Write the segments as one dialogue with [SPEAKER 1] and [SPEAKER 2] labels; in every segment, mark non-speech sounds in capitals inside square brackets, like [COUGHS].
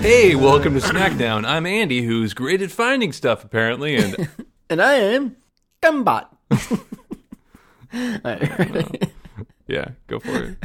[SPEAKER 1] Hey, welcome to SmackDown. I'm Andy, who's great at finding stuff apparently, and [LAUGHS]
[SPEAKER 2] And I am Gumbot.
[SPEAKER 1] yeah, go for it.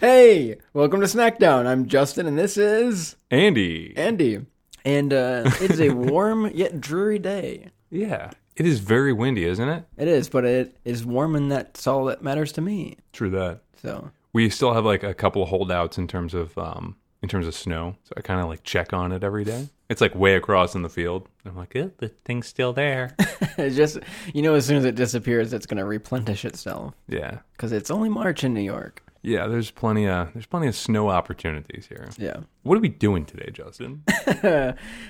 [SPEAKER 2] hey, welcome to Snackdown. I'm Justin, and this is
[SPEAKER 1] Andy.
[SPEAKER 2] Andy. And uh, it's a warm yet dreary day.
[SPEAKER 1] Yeah, it is very windy, isn't it?
[SPEAKER 2] It is, but it is warm, and that's all that matters to me.
[SPEAKER 1] True that.
[SPEAKER 2] So, [LAUGHS]
[SPEAKER 1] We still have like a couple of holdouts in terms of um in terms of snow, so I kind of like check on it every day. It's like way across in the field. I'm like, eh, the thing's still there.
[SPEAKER 2] it's just, you know, as soon as it disappears, it's going to replenish itself
[SPEAKER 1] [LAUGHS] yeah,
[SPEAKER 2] because it's only March in New York.
[SPEAKER 1] yeah. There's plenty of there's plenty of snow opportunities here.
[SPEAKER 2] Yeah.
[SPEAKER 1] What are we doing today, [LAUGHS] Justin?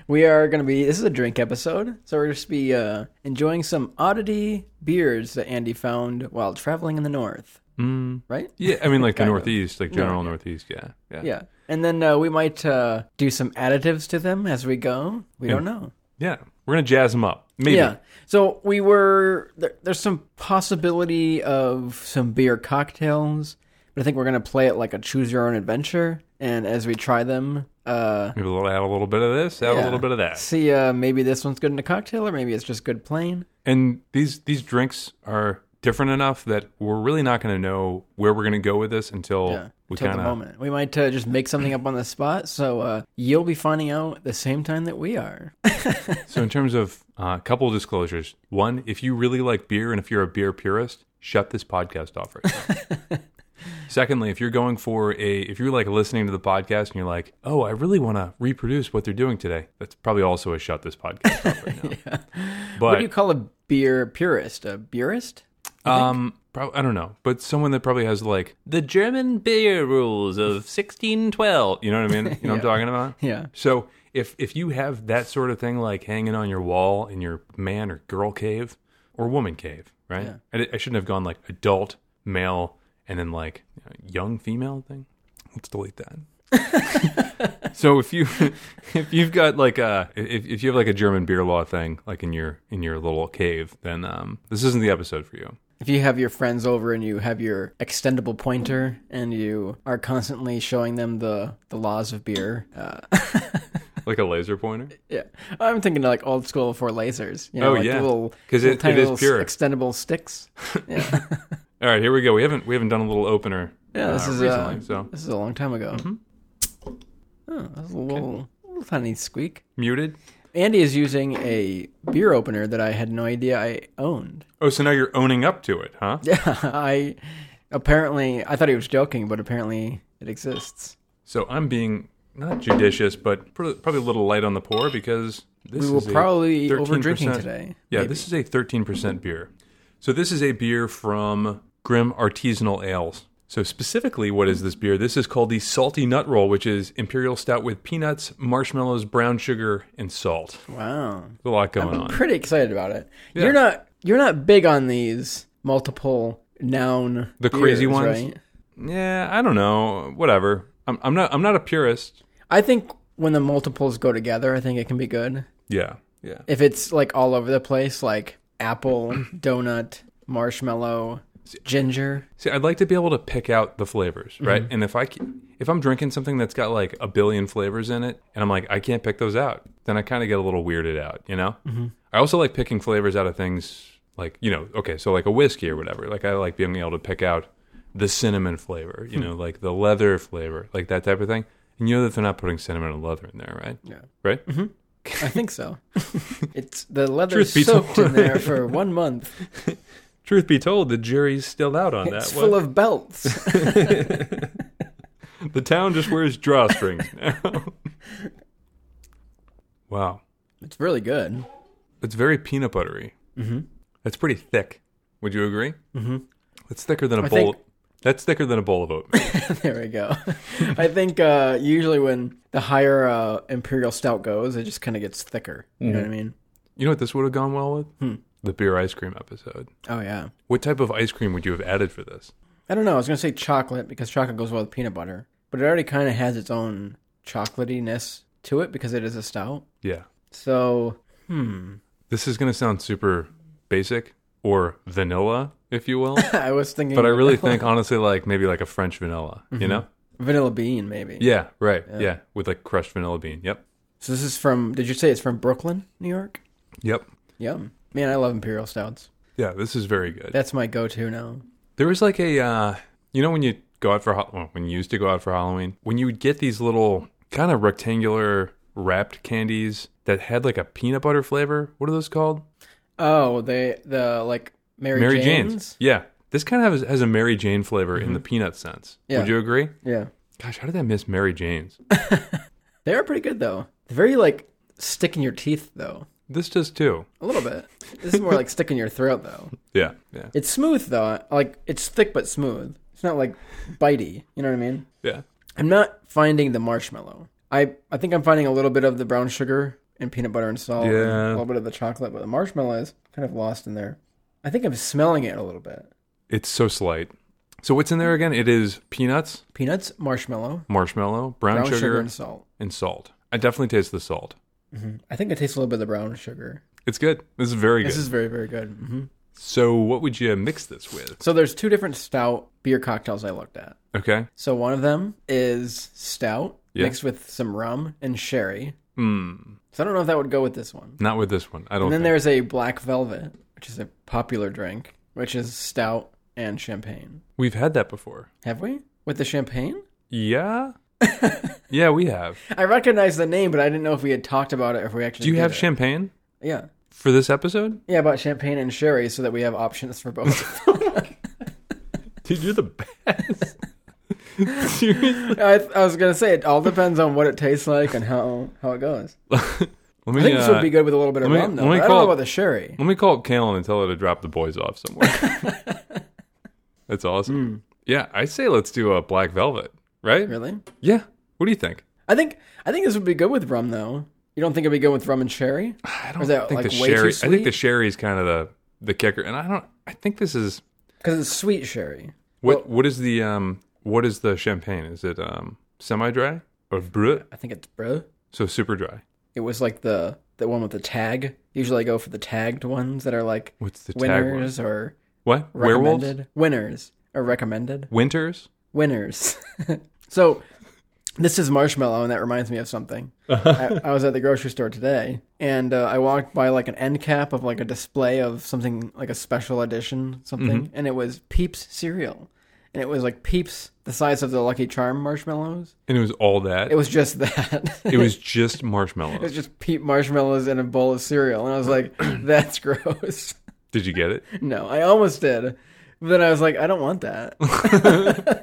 [SPEAKER 2] We are going to be, this is a drink episode. So, we're just be uh, enjoying some oddity beers that Andy found while traveling in the north. Mm. Right?
[SPEAKER 1] yeah, I mean like the
[SPEAKER 2] Kind of.
[SPEAKER 1] Northeast, like general Northeast. Yeah, yeah,
[SPEAKER 2] Yeah. And then uh, we might uh, do some additives to them as we go. We don't know.
[SPEAKER 1] Yeah. We're gonna jazz them up. Maybe.
[SPEAKER 2] Yeah. So we were there, there's some possibility of some beer cocktails, but I think we're gonna play it like a choose your own adventure. And as we try them, uh,
[SPEAKER 1] Maybe a little add a little bit of this, add a
[SPEAKER 2] yeah.
[SPEAKER 1] little bit of that.
[SPEAKER 2] See, uh, maybe this one's good in a cocktail, or maybe it's just good plain.
[SPEAKER 1] And these these drinks are different enough that we're really not going to know where we're going to go with this until
[SPEAKER 2] Yeah.
[SPEAKER 1] we
[SPEAKER 2] Till
[SPEAKER 1] kind
[SPEAKER 2] the
[SPEAKER 1] of
[SPEAKER 2] moment, we might uh, just make something up on the spot. So uh, you'll be finding out the same time that we are.
[SPEAKER 1] So in terms of a uh, couple of disclosures, one, if you really like beer and if you're a beer purist, shut this podcast off right now.
[SPEAKER 2] [LAUGHS]
[SPEAKER 1] Secondly, if you're going for a if you're like listening to the podcast and you're like, "Oh, I really want to reproduce what they're doing today." That's probably also a shut this podcast off right
[SPEAKER 2] [LAUGHS]
[SPEAKER 1] now. But
[SPEAKER 2] what do you call a beer purist? A beerist?
[SPEAKER 1] Um, prob- I don't know, but someone that probably has like the German beer rules of 1612. You know what I mean? You know what I'm talking about?
[SPEAKER 2] Yeah.
[SPEAKER 1] So if if you have that sort of thing like hanging on your wall in your man or girl cave or woman cave, right? I, di- I shouldn't have gone like adult male and then like you know, young female thing. Let's delete that. so if you [LAUGHS] if you've got like a if, if you have like a German beer law thing like in your in your little cave, then um this isn't the episode for you.
[SPEAKER 2] If you have your friends over and you have your extendable pointer and you are constantly showing them the, the laws of beer, uh, [LAUGHS]
[SPEAKER 1] like a laser pointer.
[SPEAKER 2] yeah, I'm thinking like old school for lasers. You
[SPEAKER 1] Oh,
[SPEAKER 2] know, like
[SPEAKER 1] yeah.
[SPEAKER 2] little
[SPEAKER 1] 'Cause
[SPEAKER 2] little
[SPEAKER 1] it- it
[SPEAKER 2] tiny
[SPEAKER 1] is
[SPEAKER 2] little s-
[SPEAKER 1] pure.
[SPEAKER 2] extendable sticks. Yeah,
[SPEAKER 1] All right, here we go. We haven't we haven't done a little opener.
[SPEAKER 2] yeah this
[SPEAKER 1] uh,
[SPEAKER 2] is
[SPEAKER 1] recently,
[SPEAKER 2] uh,
[SPEAKER 1] so
[SPEAKER 2] this is a long time ago.
[SPEAKER 1] Mm-hmm.
[SPEAKER 2] Oh, that's a little, little tiny squeak.
[SPEAKER 1] muted.
[SPEAKER 2] Andy is using a beer opener that I had no idea I owned. [LAUGHS]
[SPEAKER 1] Oh, so now you're owning up to it, huh?
[SPEAKER 2] Yeah, I apparently I thought he was joking, but apparently it exists.
[SPEAKER 1] So I'm being not judicious, but pr- probably a little light on the pour because this
[SPEAKER 2] We will
[SPEAKER 1] is a
[SPEAKER 2] probably
[SPEAKER 1] 13%
[SPEAKER 2] over drinking today.
[SPEAKER 1] Yeah, this is a 13% beer. So this is a beer from Grim Artisanal Ales. So specifically, what is this beer? This is called the Salty Nut Roll, which is imperial stout with peanuts, marshmallows, brown sugar, and salt.
[SPEAKER 2] Wow.
[SPEAKER 1] There's a lot going on.
[SPEAKER 2] pretty excited about it. You're not you're not big on these multiple noun
[SPEAKER 1] The crazy
[SPEAKER 2] beers,
[SPEAKER 1] ones?
[SPEAKER 2] Right?
[SPEAKER 1] Yeah, I don't know. Whatever. I'm, I'm not. I'm not a purist.
[SPEAKER 2] I think when the multiples go together, I think it can be good.
[SPEAKER 1] Yeah. Yeah.
[SPEAKER 2] If it's like all over the place, like
[SPEAKER 1] [CLEARS THROAT]
[SPEAKER 2] apple, donut, marshmallow, ginger.
[SPEAKER 1] See, I'd like to be able to pick out the flavors, right? And if I ca- if I'm drinking something that's got like a billion flavors in it, and I'm like, I can't pick those out, then I kind of get a little weirded out, you know. Mm-hmm. I also like picking flavors out of things like you know, okay, so like a whiskey or whatever. Like I like being able to pick out the cinnamon flavor, you know, like the leather flavor, like that type of thing. And you know that they're not putting cinnamon and leather in there, right?
[SPEAKER 2] Yeah.
[SPEAKER 1] Right.
[SPEAKER 2] I
[SPEAKER 1] [LAUGHS]
[SPEAKER 2] think so. it's the leather
[SPEAKER 1] Truth be
[SPEAKER 2] soaked
[SPEAKER 1] told.
[SPEAKER 2] in there for one month.
[SPEAKER 1] Truth be told, the jury's still out on that.
[SPEAKER 2] It's
[SPEAKER 1] one.
[SPEAKER 2] full of belts. [LAUGHS]
[SPEAKER 1] The town just wears drawstrings now. wow.
[SPEAKER 2] it's really good.
[SPEAKER 1] It's very peanut buttery. Mm-hmm. That's pretty thick. Would you agree? Mm-hmm. That's thicker than a bowl.
[SPEAKER 2] think-
[SPEAKER 1] That's thicker than a bowl of oatmeal.
[SPEAKER 2] There we go. [LAUGHS] I think uh, usually when the higher uh, imperial stout goes, it just kind of gets thicker. You
[SPEAKER 1] Mm-hmm.
[SPEAKER 2] know what I mean?
[SPEAKER 1] you know what this would have gone well with? The beer ice cream episode.
[SPEAKER 2] Oh yeah.
[SPEAKER 1] What type of ice cream would you have added for this?
[SPEAKER 2] I don't know. I was gonna say chocolate because chocolate goes well with peanut butter, but it already kind of has its own chocolatiness to it because it is a stout.
[SPEAKER 1] Yeah.
[SPEAKER 2] So [LAUGHS]
[SPEAKER 1] This is going to sound super basic or vanilla, if you will.
[SPEAKER 2] I was thinking,
[SPEAKER 1] [LAUGHS] But I really think, honestly, like maybe like a French vanilla, you know?
[SPEAKER 2] Vanilla bean, maybe.
[SPEAKER 1] Yeah, right. Mm-hmm. Yeah. with like crushed vanilla bean. Yep.
[SPEAKER 2] So this is from. Did you say it's from Brooklyn, New York?
[SPEAKER 1] Yep.
[SPEAKER 2] Yum. Man, I love imperial stouts.
[SPEAKER 1] Yeah, this is very good.
[SPEAKER 2] That's my go-to now.
[SPEAKER 1] There was like a, uh, you know, when you go out for Hal- well, when you used to go out for Halloween, when you would get these little kind of rectangular wrapped candies that had like a peanut butter flavor. What are those called?
[SPEAKER 2] Oh, they the like Mary,
[SPEAKER 1] Mary
[SPEAKER 2] Jane's. Mm-hmm.
[SPEAKER 1] Jane's. Yeah, this kind of has, has a Mary Jane flavor in the peanut sense.
[SPEAKER 2] Yeah.
[SPEAKER 1] Would you agree?
[SPEAKER 2] Yeah,
[SPEAKER 1] Gosh, how did I miss Mary Jane's? [LAUGHS]
[SPEAKER 2] they are pretty good though. They're very like stick in your teeth though,
[SPEAKER 1] this does too.
[SPEAKER 2] a little bit. This is more like stick in your throat though.
[SPEAKER 1] Yeah, yeah,
[SPEAKER 2] It's smooth though. Like it's thick but smooth. It's not like bitey. You know what I mean?
[SPEAKER 1] yeah.
[SPEAKER 2] I'm not finding the marshmallow. I, I think I'm finding a little bit of the brown sugar and peanut butter and salt. and
[SPEAKER 1] Yeah.
[SPEAKER 2] a little bit of the chocolate, but the marshmallow is kind of lost in there. I think I'm smelling it a little bit.
[SPEAKER 1] It's so slight. So what's in there again? It is peanuts,
[SPEAKER 2] Peanuts, marshmallow,
[SPEAKER 1] marshmallow, brown,
[SPEAKER 2] brown
[SPEAKER 1] sugar,
[SPEAKER 2] sugar, and salt. Mm-hmm.
[SPEAKER 1] and salt. I definitely taste the salt.
[SPEAKER 2] I think I taste a little bit of the brown sugar.
[SPEAKER 1] It's good. This is very good.
[SPEAKER 2] This is very, very good. hmm
[SPEAKER 1] so what would you mix this with?
[SPEAKER 2] So there's two different stout beer cocktails I looked at.
[SPEAKER 1] Okay.
[SPEAKER 2] So one of them is stout
[SPEAKER 1] Yeah.
[SPEAKER 2] mixed with some rum and sherry.
[SPEAKER 1] Mm,
[SPEAKER 2] So I don't know if that would go with this one.
[SPEAKER 1] not with this one. I don't
[SPEAKER 2] And then
[SPEAKER 1] think.
[SPEAKER 2] there's a black velvet, which is a popular drink, which is stout and champagne.
[SPEAKER 1] We've had that before.
[SPEAKER 2] Have we? With the champagne? [LAUGHS]
[SPEAKER 1] Yeah. yeah, we have.
[SPEAKER 2] I recognize the name, but I didn't know if we had talked about it or if we actually
[SPEAKER 1] Do you
[SPEAKER 2] did
[SPEAKER 1] have
[SPEAKER 2] it.
[SPEAKER 1] champagne
[SPEAKER 2] Yeah.
[SPEAKER 1] for this
[SPEAKER 2] [LAUGHS]
[SPEAKER 1] episode?
[SPEAKER 2] Yeah, about champagne and sherry so that we have options for both. [LAUGHS]
[SPEAKER 1] Dude, you're the best. [LAUGHS] Seriously.
[SPEAKER 2] I, I was going to say it all depends on what it tastes like and how, how it goes.
[SPEAKER 1] Let
[SPEAKER 2] I
[SPEAKER 1] me,
[SPEAKER 2] think this
[SPEAKER 1] uh,
[SPEAKER 2] would be good with a little bit of
[SPEAKER 1] let me-
[SPEAKER 2] rum, though.
[SPEAKER 1] let
[SPEAKER 2] but
[SPEAKER 1] me
[SPEAKER 2] I don't know
[SPEAKER 1] call-
[SPEAKER 2] about the sherry.
[SPEAKER 1] let me call up Kalen and tell her to drop the boys off somewhere.
[SPEAKER 2] [LAUGHS]
[SPEAKER 1] That's awesome. Yeah, I say let's do a black velvet, right?
[SPEAKER 2] Hmm. Really?
[SPEAKER 1] Yeah. What do you think?
[SPEAKER 2] I think I think this would be good with rum, though. You don't think it'd be good with rum and sherry?
[SPEAKER 1] I
[SPEAKER 2] Or
[SPEAKER 1] don't
[SPEAKER 2] is that,
[SPEAKER 1] think
[SPEAKER 2] like,
[SPEAKER 1] the
[SPEAKER 2] way too
[SPEAKER 1] sherry. I think the
[SPEAKER 2] sweet?
[SPEAKER 1] sherry is kind of the the kicker, and I don't. I think this is
[SPEAKER 2] Because it's sweet sherry.
[SPEAKER 1] what. what is the um? What is the champagne? Is it um semi dry or brut?
[SPEAKER 2] I think it's bro.
[SPEAKER 1] So super dry.
[SPEAKER 2] It was like the the one with the tag. Usually I go for the tagged ones that are like
[SPEAKER 1] What's the tag? one?
[SPEAKER 2] winners or
[SPEAKER 1] What werewolves?
[SPEAKER 2] recommended. Winners or recommended.
[SPEAKER 1] Winters?
[SPEAKER 2] Winners. [LAUGHS] so this is marshmallow, and that reminds me of something. I, I was at the grocery store today, and uh, I walked by like an end cap of like a display of something like a special edition something, and it was Peeps cereal, and it was like Peeps the size of the Lucky Charm marshmallows.
[SPEAKER 1] And it was all that.
[SPEAKER 2] It was just [LAUGHS] that.
[SPEAKER 1] It was just
[SPEAKER 2] It was
[SPEAKER 1] marshmallows.
[SPEAKER 2] just Peep marshmallows in a bowl of cereal, and I was like, [CLEARS THROAT] "That's gross."
[SPEAKER 1] Did you get it?
[SPEAKER 2] No, I almost did. But then I was like, I don't want that.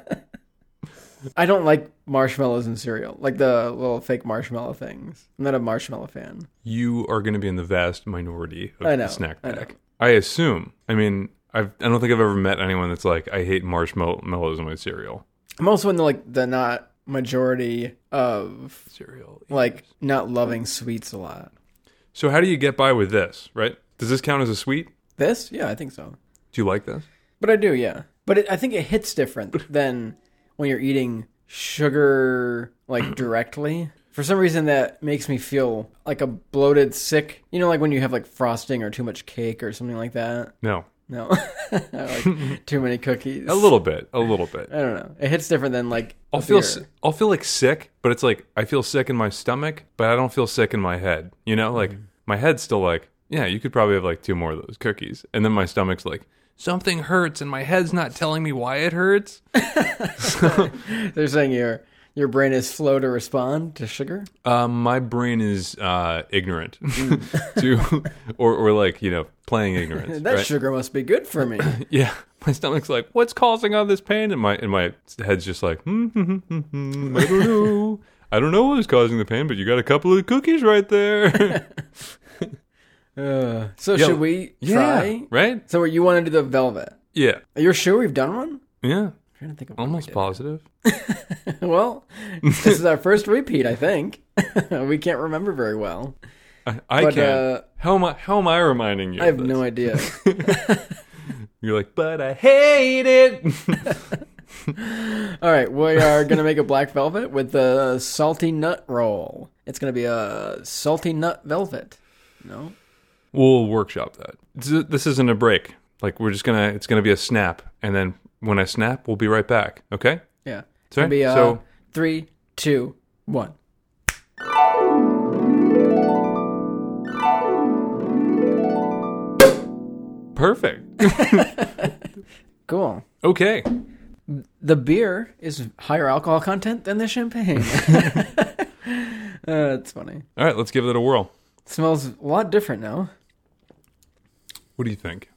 [SPEAKER 2] I don't like marshmallows in cereal, like the little fake marshmallow things. I'm not a marshmallow fan.
[SPEAKER 1] You are going to be in the vast minority of
[SPEAKER 2] I
[SPEAKER 1] the
[SPEAKER 2] know,
[SPEAKER 1] snack
[SPEAKER 2] I know.
[SPEAKER 1] pack. I, assume. I mean, I've, I don't think I've ever met anyone that's like, I hate marshmallows in my cereal.
[SPEAKER 2] I'm also in the like the not majority of
[SPEAKER 1] Cereal.
[SPEAKER 2] like not loving sweets a lot.
[SPEAKER 1] So how do you get by with this? Right? Does this count as a sweet?
[SPEAKER 2] This, yeah, I think so.
[SPEAKER 1] Do you like this?
[SPEAKER 2] But I do, yeah. But it, I think it
[SPEAKER 1] [LAUGHS]
[SPEAKER 2] hits different than when you're eating sugar like directly. For some reason, that makes me feel like a bloated, sick. You know, like when you have like frosting or too much cake or something like that.
[SPEAKER 1] No.
[SPEAKER 2] No, [LAUGHS]
[SPEAKER 1] [LAUGHS]
[SPEAKER 2] like too many cookies.
[SPEAKER 1] A little bit. A little bit.
[SPEAKER 2] I don't know. It hits different than like.
[SPEAKER 1] I'll
[SPEAKER 2] a
[SPEAKER 1] Oh. feel
[SPEAKER 2] beer.
[SPEAKER 1] s will feel like sick, but it's like I feel sick in my stomach, but I don't feel sick in my head. You know, like my head's still like, yeah, you could probably have like two more of those cookies, and then my stomach's like, something hurts, and my head's not telling me why it hurts.
[SPEAKER 2] They're saying your your brain is slow to respond to sugar.
[SPEAKER 1] Um, my brain is uh, ignorant [LAUGHS] to, or or like you know, playing
[SPEAKER 2] [LAUGHS]
[SPEAKER 1] ignorance.
[SPEAKER 2] That
[SPEAKER 1] right?
[SPEAKER 2] sugar must be good for
[SPEAKER 1] [COUGHS]
[SPEAKER 2] me.
[SPEAKER 1] yeah. My stomach's like, what's causing all this pain? And my and my head's just like, hmm, hmm, hmm, hmm, hmm, I don't know. I don't know what is causing the pain, but you got a couple of cookies right there. [LAUGHS]
[SPEAKER 2] Uh, so
[SPEAKER 1] Yo,
[SPEAKER 2] should we try?
[SPEAKER 1] Right?
[SPEAKER 2] So you want to do the velvet?
[SPEAKER 1] Yeah.
[SPEAKER 2] Are you sure we've done one? I'm
[SPEAKER 1] Yeah.
[SPEAKER 2] trying to think of.
[SPEAKER 1] Almost positive.
[SPEAKER 2] Well, this is our first repeat, I think. [LAUGHS] we can't remember very well.
[SPEAKER 1] I, I
[SPEAKER 2] But,
[SPEAKER 1] can.
[SPEAKER 2] uh,
[SPEAKER 1] how am I? How am I reminding you?
[SPEAKER 2] I have
[SPEAKER 1] [LAUGHS]
[SPEAKER 2] no idea.
[SPEAKER 1] You're like, but I hate it. [LAUGHS]
[SPEAKER 2] All right, we are going to make a black velvet with the salty nut roll. It's going to be a salty nut velvet. No?
[SPEAKER 1] we'll workshop that. This- This isn't a break. Like we're just gonna. It's gonna be a snap, and then when I snap, we'll be right back. Okay.
[SPEAKER 2] Yeah. It's gonna
[SPEAKER 1] Okay,
[SPEAKER 2] be uh,
[SPEAKER 1] so-
[SPEAKER 2] three, two, one.
[SPEAKER 1] Perfect. [LAUGHS]
[SPEAKER 2] Cool.
[SPEAKER 1] Okay.
[SPEAKER 2] The beer is higher alcohol content than the champagne. [LAUGHS] uh, that's funny.
[SPEAKER 1] All right, let's give it a whirl.
[SPEAKER 2] smells a lot different now. [LAUGHS]
[SPEAKER 1] What do you think?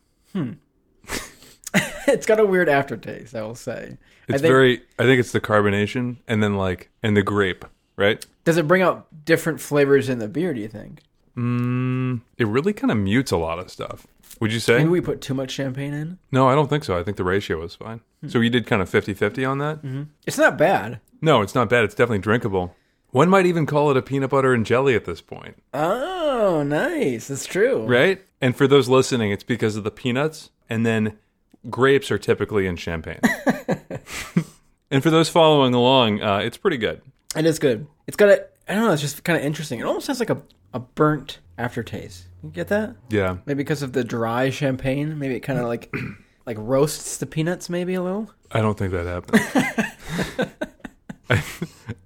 [SPEAKER 2] it's got a weird aftertaste, I will say. I
[SPEAKER 1] It's
[SPEAKER 2] think-
[SPEAKER 1] very I think it's the carbonation and then like and the grape, right?
[SPEAKER 2] Does it bring out different flavors in the beer? Do you think?
[SPEAKER 1] Mm, it really kind of mutes a lot of stuff. Would you say?
[SPEAKER 2] Maybe we put too much champagne in.
[SPEAKER 1] no, I don't think so. I think the ratio is fine. So you did kind of 50-50 on that?
[SPEAKER 2] It's not bad.
[SPEAKER 1] No, it's not bad. It's definitely drinkable. One might even call it a peanut butter and jelly at this point,
[SPEAKER 2] Oh, nice. That's true.
[SPEAKER 1] right? And for those listening, it's because of the peanuts and then grapes are typically in champagne. [LAUGHS] and for those following along, uh, it's pretty good.
[SPEAKER 2] It is good. It's got a. I don't know. It's just kind of interesting. It almost has like a a burnt aftertaste. You get that?
[SPEAKER 1] Yeah.
[SPEAKER 2] Maybe because of the dry champagne. Maybe it kind of
[SPEAKER 1] [CLEARS THROAT]
[SPEAKER 2] like like roasts the peanuts maybe a little.
[SPEAKER 1] I don't think that happened. I,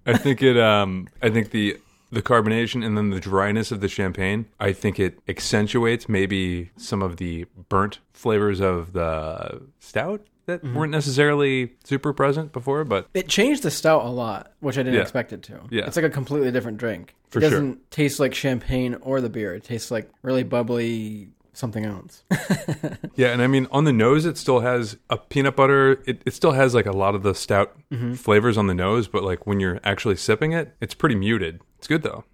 [SPEAKER 1] I think it. Um, I think the the carbonation and then the dryness of the champagne. I think it accentuates maybe some of the burnt flavors of the stout that weren't necessarily super present before. But
[SPEAKER 2] It changed the stout a lot, which I didn't
[SPEAKER 1] Yeah.
[SPEAKER 2] expect it to.
[SPEAKER 1] Yeah.
[SPEAKER 2] It's like a completely different drink.
[SPEAKER 1] For
[SPEAKER 2] it
[SPEAKER 1] sure.
[SPEAKER 2] doesn't taste like champagne or the beer. It tastes like really bubbly something else. [LAUGHS]
[SPEAKER 1] yeah, and I mean on the nose, it still has a peanut butter. It, it still has like a lot of the stout flavors on the nose, but like when you're actually sipping it, it's pretty muted. It's good though.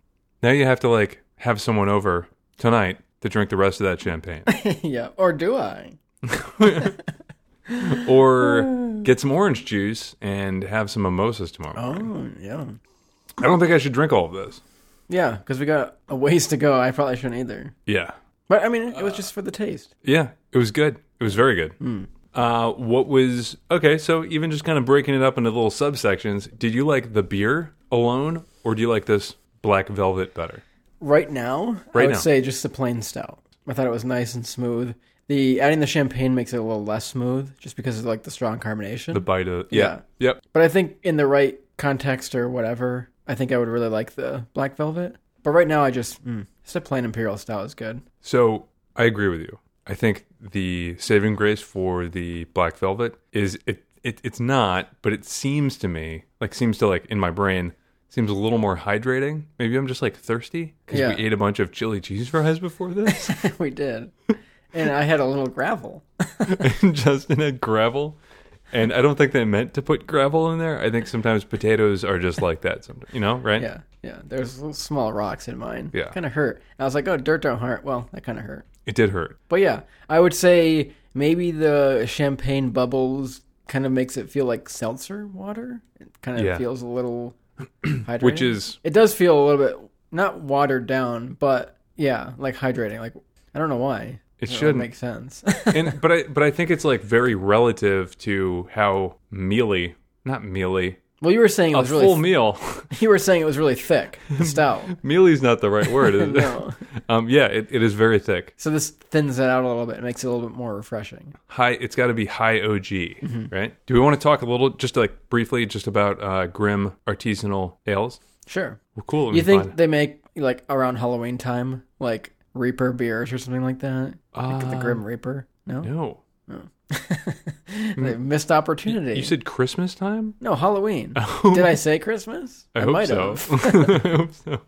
[SPEAKER 1] Now you have to like have someone over tonight to drink the rest of that champagne.
[SPEAKER 2] yeah. Or do I?
[SPEAKER 1] or get some orange juice and have some mimosas tomorrow.
[SPEAKER 2] Oh, yeah.
[SPEAKER 1] I don't think I should drink all of this.
[SPEAKER 2] Yeah, because we got a ways to go. I probably shouldn't either.
[SPEAKER 1] Yeah.
[SPEAKER 2] But I mean, it was just for the taste.
[SPEAKER 1] Yeah. It was good. It was very good. Uh, what was okay? So even just kind of breaking it up into little subsections. Did you like the beer alone, or do you like this black velvet better?
[SPEAKER 2] Right now, I
[SPEAKER 1] Right
[SPEAKER 2] would
[SPEAKER 1] now.
[SPEAKER 2] say just the plain stout. I thought it was nice and smooth. The adding the champagne makes it a little less smooth, just because of like the strong carbonation.
[SPEAKER 1] The bite of yeah, yep.
[SPEAKER 2] But I think in the right context or whatever, I think I would really like the black velvet. But right now, I just mm, just a plain imperial style is good. [LAUGHS]
[SPEAKER 1] So I agree with you. I think the saving grace for the black velvet is it, it it's not, but it seems to me like seems to like in my brain seems a little more hydrating. Maybe I'm just like thirsty because we
[SPEAKER 2] Yeah.
[SPEAKER 1] ate a bunch of chili cheese fries before this,
[SPEAKER 2] we did, and I had a little gravel.
[SPEAKER 1] [LAUGHS] and Justin had gravel. And I don't think they meant to put gravel in there. I think sometimes potatoes are just like that. Sometimes, you know, right?
[SPEAKER 2] Yeah, yeah. There's little small rocks in mine.
[SPEAKER 1] Yeah.
[SPEAKER 2] kind of hurt. And I was like, oh, dirt don't hurt. Well, that kind of hurt.
[SPEAKER 1] It did hurt.
[SPEAKER 2] But yeah, I would say maybe the champagne bubbles kind of makes it feel like seltzer water. It kind of
[SPEAKER 1] Yeah.
[SPEAKER 2] feels
[SPEAKER 1] [CLEARS THROAT]
[SPEAKER 2] a little hydrated.
[SPEAKER 1] Which is-
[SPEAKER 2] it does feel a little bit not watered down, but yeah, like hydrating. Like I don't know why.
[SPEAKER 1] It
[SPEAKER 2] That would
[SPEAKER 1] shouldn't.
[SPEAKER 2] make sense.
[SPEAKER 1] [LAUGHS] and but I but I think it's like very relative to how mealy, not mealy,
[SPEAKER 2] [LAUGHS] well, you were saying it
[SPEAKER 1] a
[SPEAKER 2] was really
[SPEAKER 1] full meal. [LAUGHS]
[SPEAKER 2] you were saying it was really thick the stout.
[SPEAKER 1] Mealy's not [LAUGHS] the right word.
[SPEAKER 2] [LAUGHS]
[SPEAKER 1] Is it?
[SPEAKER 2] No.
[SPEAKER 1] um, yeah, it, it is very thick.
[SPEAKER 2] So this thins it out a little bit, It makes it a little bit more refreshing.
[SPEAKER 1] High. It's got to be high OG,
[SPEAKER 2] Mm-hmm.
[SPEAKER 1] right? Do we want to talk a little, just like briefly, just about uh, grim artisanal ales?
[SPEAKER 2] Sure.
[SPEAKER 1] Well, cool.
[SPEAKER 2] You think
[SPEAKER 1] Fine.
[SPEAKER 2] they make like around Halloween time, like Reaper beers or something like that? like the
[SPEAKER 1] Uh,
[SPEAKER 2] Grim Reaper? No,
[SPEAKER 1] No.
[SPEAKER 2] [LAUGHS] they missed opportunity.
[SPEAKER 1] You said Christmas time. [LAUGHS]
[SPEAKER 2] no Halloween. Did I say Christmas?
[SPEAKER 1] I, hope so. [LAUGHS] I hope so.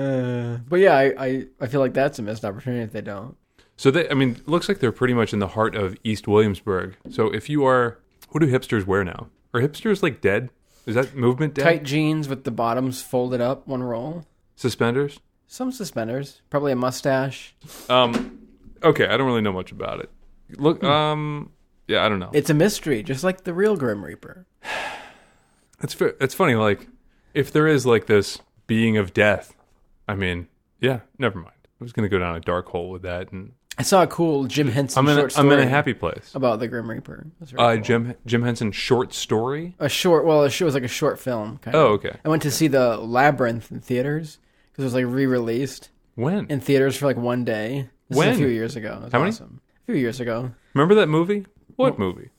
[SPEAKER 2] Uh, but yeah, I, I I feel like that's a missed opportunity if they don't.
[SPEAKER 1] So they, I mean, it looks like they're pretty much in the heart of East Williamsburg. So if you are, what do hipsters wear now? Are hipsters like dead? Is that movement dead?
[SPEAKER 2] Tight jeans with the bottoms folded up, one roll.
[SPEAKER 1] Suspenders.
[SPEAKER 2] Some suspenders, probably a mustache.
[SPEAKER 1] Um, okay, I don't really know much about it. Look, um, yeah, I don't know.
[SPEAKER 2] It's a mystery, just like the real Grim Reaper.
[SPEAKER 1] It's fa- it's funny. Like, if there is like this being of death, I mean, yeah, never mind. I was gonna go down a dark hole with that, and
[SPEAKER 2] I saw a cool Jim Henson
[SPEAKER 1] I'm in a,
[SPEAKER 2] short
[SPEAKER 1] I'm
[SPEAKER 2] story
[SPEAKER 1] in a happy place.
[SPEAKER 2] about the Grim Reaper. It was really
[SPEAKER 1] Uh,
[SPEAKER 2] cool.
[SPEAKER 1] Jim Jim Henson short story.
[SPEAKER 2] a short, well, it was like a short film. Kind
[SPEAKER 1] Oh,
[SPEAKER 2] of.
[SPEAKER 1] okay.
[SPEAKER 2] I went to see the Labyrinth in theaters because it was like re-released
[SPEAKER 1] When?
[SPEAKER 2] in theaters for like one day. This was
[SPEAKER 1] When?
[SPEAKER 2] a few years ago. It was
[SPEAKER 1] How many?
[SPEAKER 2] awesome. A few years ago. [LAUGHS]
[SPEAKER 1] Remember that movie? What movie?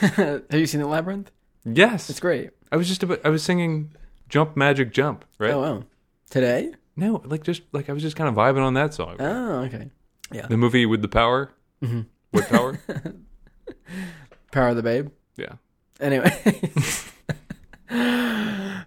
[SPEAKER 2] Have you seen the Labyrinth?
[SPEAKER 1] Yes.
[SPEAKER 2] It's great.
[SPEAKER 1] I was just about, I was singing Jump Magic Jump, right?
[SPEAKER 2] Oh wow. Today?
[SPEAKER 1] No, like just like I was just kind of vibing on that song.
[SPEAKER 2] Oh, okay.
[SPEAKER 1] The movie with the power.
[SPEAKER 2] Mm-hmm.
[SPEAKER 1] What
[SPEAKER 2] [LAUGHS]
[SPEAKER 1] power?
[SPEAKER 2] Power of the Babe.
[SPEAKER 1] yeah.
[SPEAKER 2] Anyway. [LAUGHS]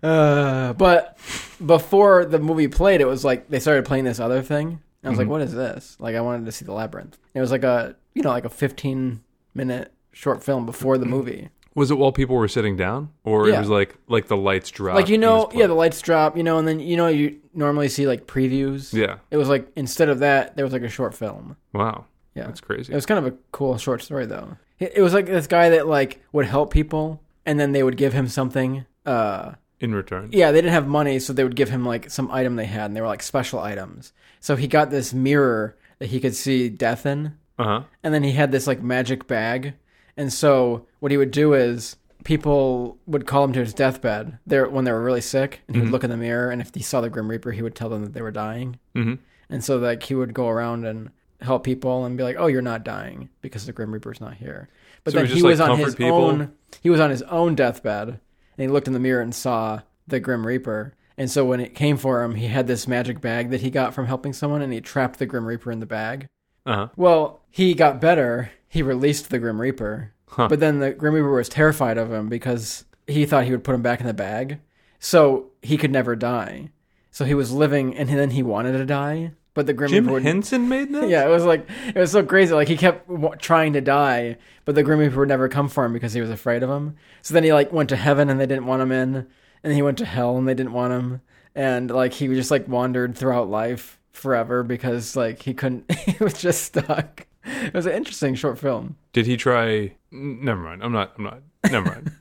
[SPEAKER 2] uh, but before the movie played, it was like they started playing this other thing. I was
[SPEAKER 1] Mm-hmm.
[SPEAKER 2] like, what is this? Like, I wanted to see The Labyrinth. It was like a, you know, like a 15 minute short film before the movie.
[SPEAKER 1] Was it while people were sitting down, or it
[SPEAKER 2] Yeah.
[SPEAKER 1] was like like the lights dropped?
[SPEAKER 2] Like, you
[SPEAKER 1] and
[SPEAKER 2] know,
[SPEAKER 1] it
[SPEAKER 2] yeah,
[SPEAKER 1] was
[SPEAKER 2] the lights drop, you know, and then, you know, you normally see like previews.
[SPEAKER 1] playing? yeah.
[SPEAKER 2] It was like, instead of that, there was like a short film.
[SPEAKER 1] Wow,
[SPEAKER 2] Yeah. Uh,
[SPEAKER 1] that's crazy.
[SPEAKER 2] It was kind of a cool short story though. It it was like this guy that like would help people and then they would give him something. Uh
[SPEAKER 1] In return,
[SPEAKER 2] yeah, they didn't have money, so they would give him like some item they had and they were like special items. So he got this mirror that he could see death in
[SPEAKER 1] uh huh.
[SPEAKER 2] and then he had this like magic bag. And so what he would do is people would call him to his deathbed there when they were really sick and he would look in the mirror and if he saw the grim reaper he would tell them that they were dying.
[SPEAKER 1] hmm
[SPEAKER 2] And so like he would go around and help people and be like, "Oh, you're not dying because the Grim Reaper's not here." But
[SPEAKER 1] So
[SPEAKER 2] then
[SPEAKER 1] he
[SPEAKER 2] he,
[SPEAKER 1] just,
[SPEAKER 2] was
[SPEAKER 1] like,
[SPEAKER 2] on
[SPEAKER 1] comfort
[SPEAKER 2] his
[SPEAKER 1] people?
[SPEAKER 2] own he was on his own deathbed and he looked in the mirror and saw the Grim Reaper. And so when it came for him, he had this magic bag that he got from helping someone and he trapped the Grim Reaper in the bag.
[SPEAKER 1] Uh huh.
[SPEAKER 2] Well, he got better. He released the Grim Reaper.
[SPEAKER 1] Huh.
[SPEAKER 2] But then the Grim Reaper was terrified of him because he thought he would put him back in the bag. So he could never die. So he was living and then he wanted to die. But the Grim
[SPEAKER 1] Jim
[SPEAKER 2] Reaper. would-
[SPEAKER 1] Henson made that.
[SPEAKER 2] yeah, it was like, it was so crazy. Like he kept w- trying to die, but the Grim Reaper would never come for him because he was afraid of him. So then he like went to heaven and they didn't want him in. And he went to hell and they didn't want him. And like he just like wandered throughout life forever because like he couldn't, [LAUGHS] he was just stuck. It was an interesting short film.
[SPEAKER 1] Did he try? N- Never mind. I'm not. I'm not. Never mind.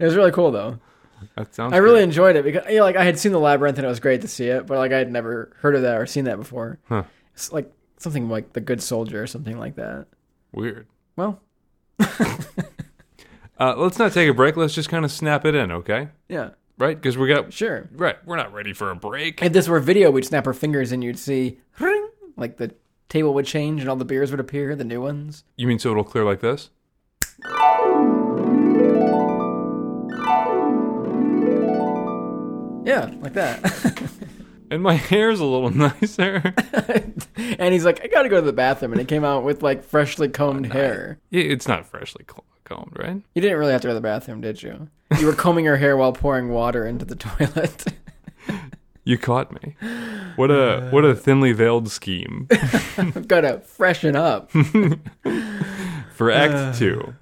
[SPEAKER 2] It was really cool though.
[SPEAKER 1] That sounds.
[SPEAKER 2] [LAUGHS] I really enjoyed it because you know, like I had seen the labyrinth and it was great to see it, but like I had never heard of that or seen that before.
[SPEAKER 1] Huh.
[SPEAKER 2] It's like something like the Good Soldier or something like that.
[SPEAKER 1] weird.
[SPEAKER 2] Well,
[SPEAKER 1] Uh, let's not take a break. Let's just kind of snap it in, okay?
[SPEAKER 2] yeah,
[SPEAKER 1] Right? Because we got
[SPEAKER 2] sure.
[SPEAKER 1] right. We're not ready for a break.
[SPEAKER 2] If this were video, we'd snap our fingers and you'd see ring, like the table would change and all the beers would appear, the new ones.
[SPEAKER 1] You mean so it'll clear like this?
[SPEAKER 2] Yeah, like that. [LAUGHS]
[SPEAKER 1] And my [LAUGHS] hair's a little nicer.
[SPEAKER 2] and he's like, I gotta go to the bathroom, and he came out with like freshly combed hair.
[SPEAKER 1] Yeah, it's not freshly cl- combed, right?
[SPEAKER 2] You didn't really have to go to the bathroom, did you? You were combing your hair while pouring water into the [LAUGHS] toilet.
[SPEAKER 1] You caught me. What a what a thinly veiled scheme
[SPEAKER 2] I've gotta freshen up
[SPEAKER 1] [LAUGHS] for Act Two.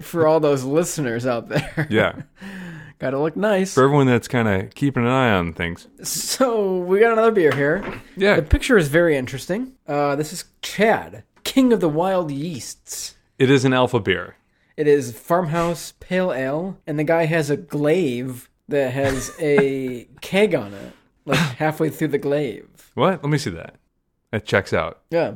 [SPEAKER 2] for all those listeners out there.
[SPEAKER 1] Yeah,
[SPEAKER 2] [LAUGHS] gotta look nice.
[SPEAKER 1] for everyone that's kind of keeping an eye on things.
[SPEAKER 2] So we got another beer here.
[SPEAKER 1] Yeah,
[SPEAKER 2] The picture is very interesting. Uh, this is Chad, King of the Wild Yeasts.
[SPEAKER 1] it is an alpha beer.
[SPEAKER 2] It is farmhouse pale ale, and the guy has a glaive that has
[SPEAKER 1] [LAUGHS]
[SPEAKER 2] a keg on it, like halfway through the glaive.
[SPEAKER 1] What? Let me see that. That checks out.
[SPEAKER 2] Yeah.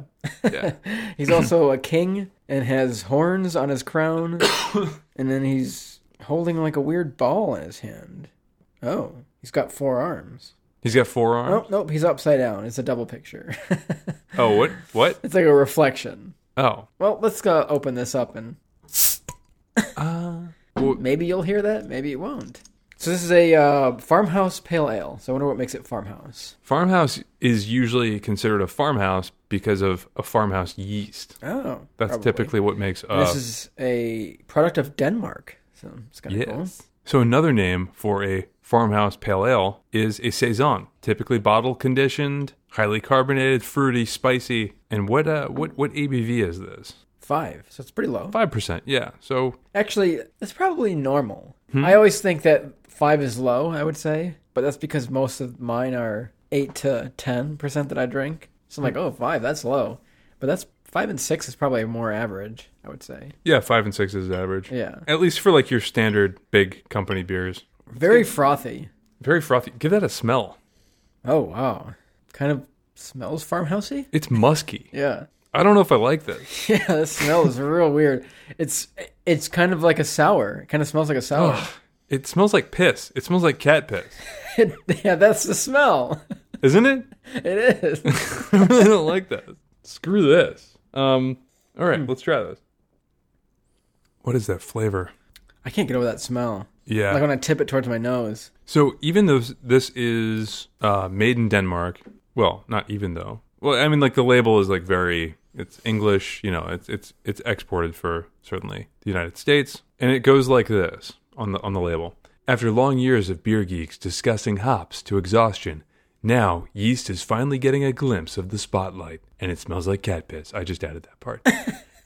[SPEAKER 1] Yeah.
[SPEAKER 2] [LAUGHS] he's also a king and has horns on his crown, [COUGHS] and then he's holding like a weird ball in his hand. Oh, he's got four arms.
[SPEAKER 1] He's got four
[SPEAKER 2] Oh,
[SPEAKER 1] arms.
[SPEAKER 2] nope, he's upside down. It's a double picture. [LAUGHS]
[SPEAKER 1] Oh, what? What?
[SPEAKER 2] it's like a reflection.
[SPEAKER 1] Oh,
[SPEAKER 2] Well, let's uh, open this up and
[SPEAKER 1] uh,
[SPEAKER 2] Maybe you'll hear that. Maybe it won't. So this is a uh, farmhouse pale ale. So I wonder what makes it farmhouse.
[SPEAKER 1] farmhouse is usually considered a farmhouse because of a farmhouse yeast.
[SPEAKER 2] Oh,
[SPEAKER 1] That's
[SPEAKER 2] probably.
[SPEAKER 1] typically what makes. Uh,
[SPEAKER 2] And this is a product of Denmark. So it's kind of cool.
[SPEAKER 1] So another name for a farmhouse pale ale is a saison, typically bottle conditioned, highly carbonated, fruity, spicy. And what uh what what ABV is this?
[SPEAKER 2] Five. So it's pretty low.
[SPEAKER 1] Five percent. Yeah. So
[SPEAKER 2] Actually, it's probably normal. I always think that five is low. I would say, but that's because most of mine are eight to ten percent that I drink. So I'm like, oh, five. That's low. But that's five and six is probably more average. I would say.
[SPEAKER 1] yeah, five and six is average.
[SPEAKER 2] Yeah.
[SPEAKER 1] At least for like your standard big company beers.
[SPEAKER 2] Very frothy.
[SPEAKER 1] Very frothy. Give that a smell.
[SPEAKER 2] Oh wow. Kind of smells farmhousey.
[SPEAKER 1] It's musky.
[SPEAKER 2] Yeah. [LAUGHS]
[SPEAKER 1] I don't know if I like this.
[SPEAKER 2] Yeah, the smell is real weird. It's it's kind of like a sour. It kind of smells like a sour.
[SPEAKER 1] It smells like piss. It smells like cat piss.
[SPEAKER 2] [LAUGHS] yeah, that's the smell.
[SPEAKER 1] Isn't it? [LAUGHS]
[SPEAKER 2] It is.
[SPEAKER 1] I really don't like that. Screw this. Um all right, let's try this. What is that flavor?
[SPEAKER 2] I I can't get over that smell.
[SPEAKER 1] Yeah.
[SPEAKER 2] Like when I tip it towards my nose.
[SPEAKER 1] So even though this is uh, made in Denmark, well, not even though. Well, I mean, like the label is like very. It's English, you know. It's it's it's exported for certainly the United States, and it goes like this on the on the label. After long years of beer geeks discussing hops to exhaustion, now yeast is finally getting a glimpse of the spotlight, and it smells like cat piss. I just added that part. [LAUGHS]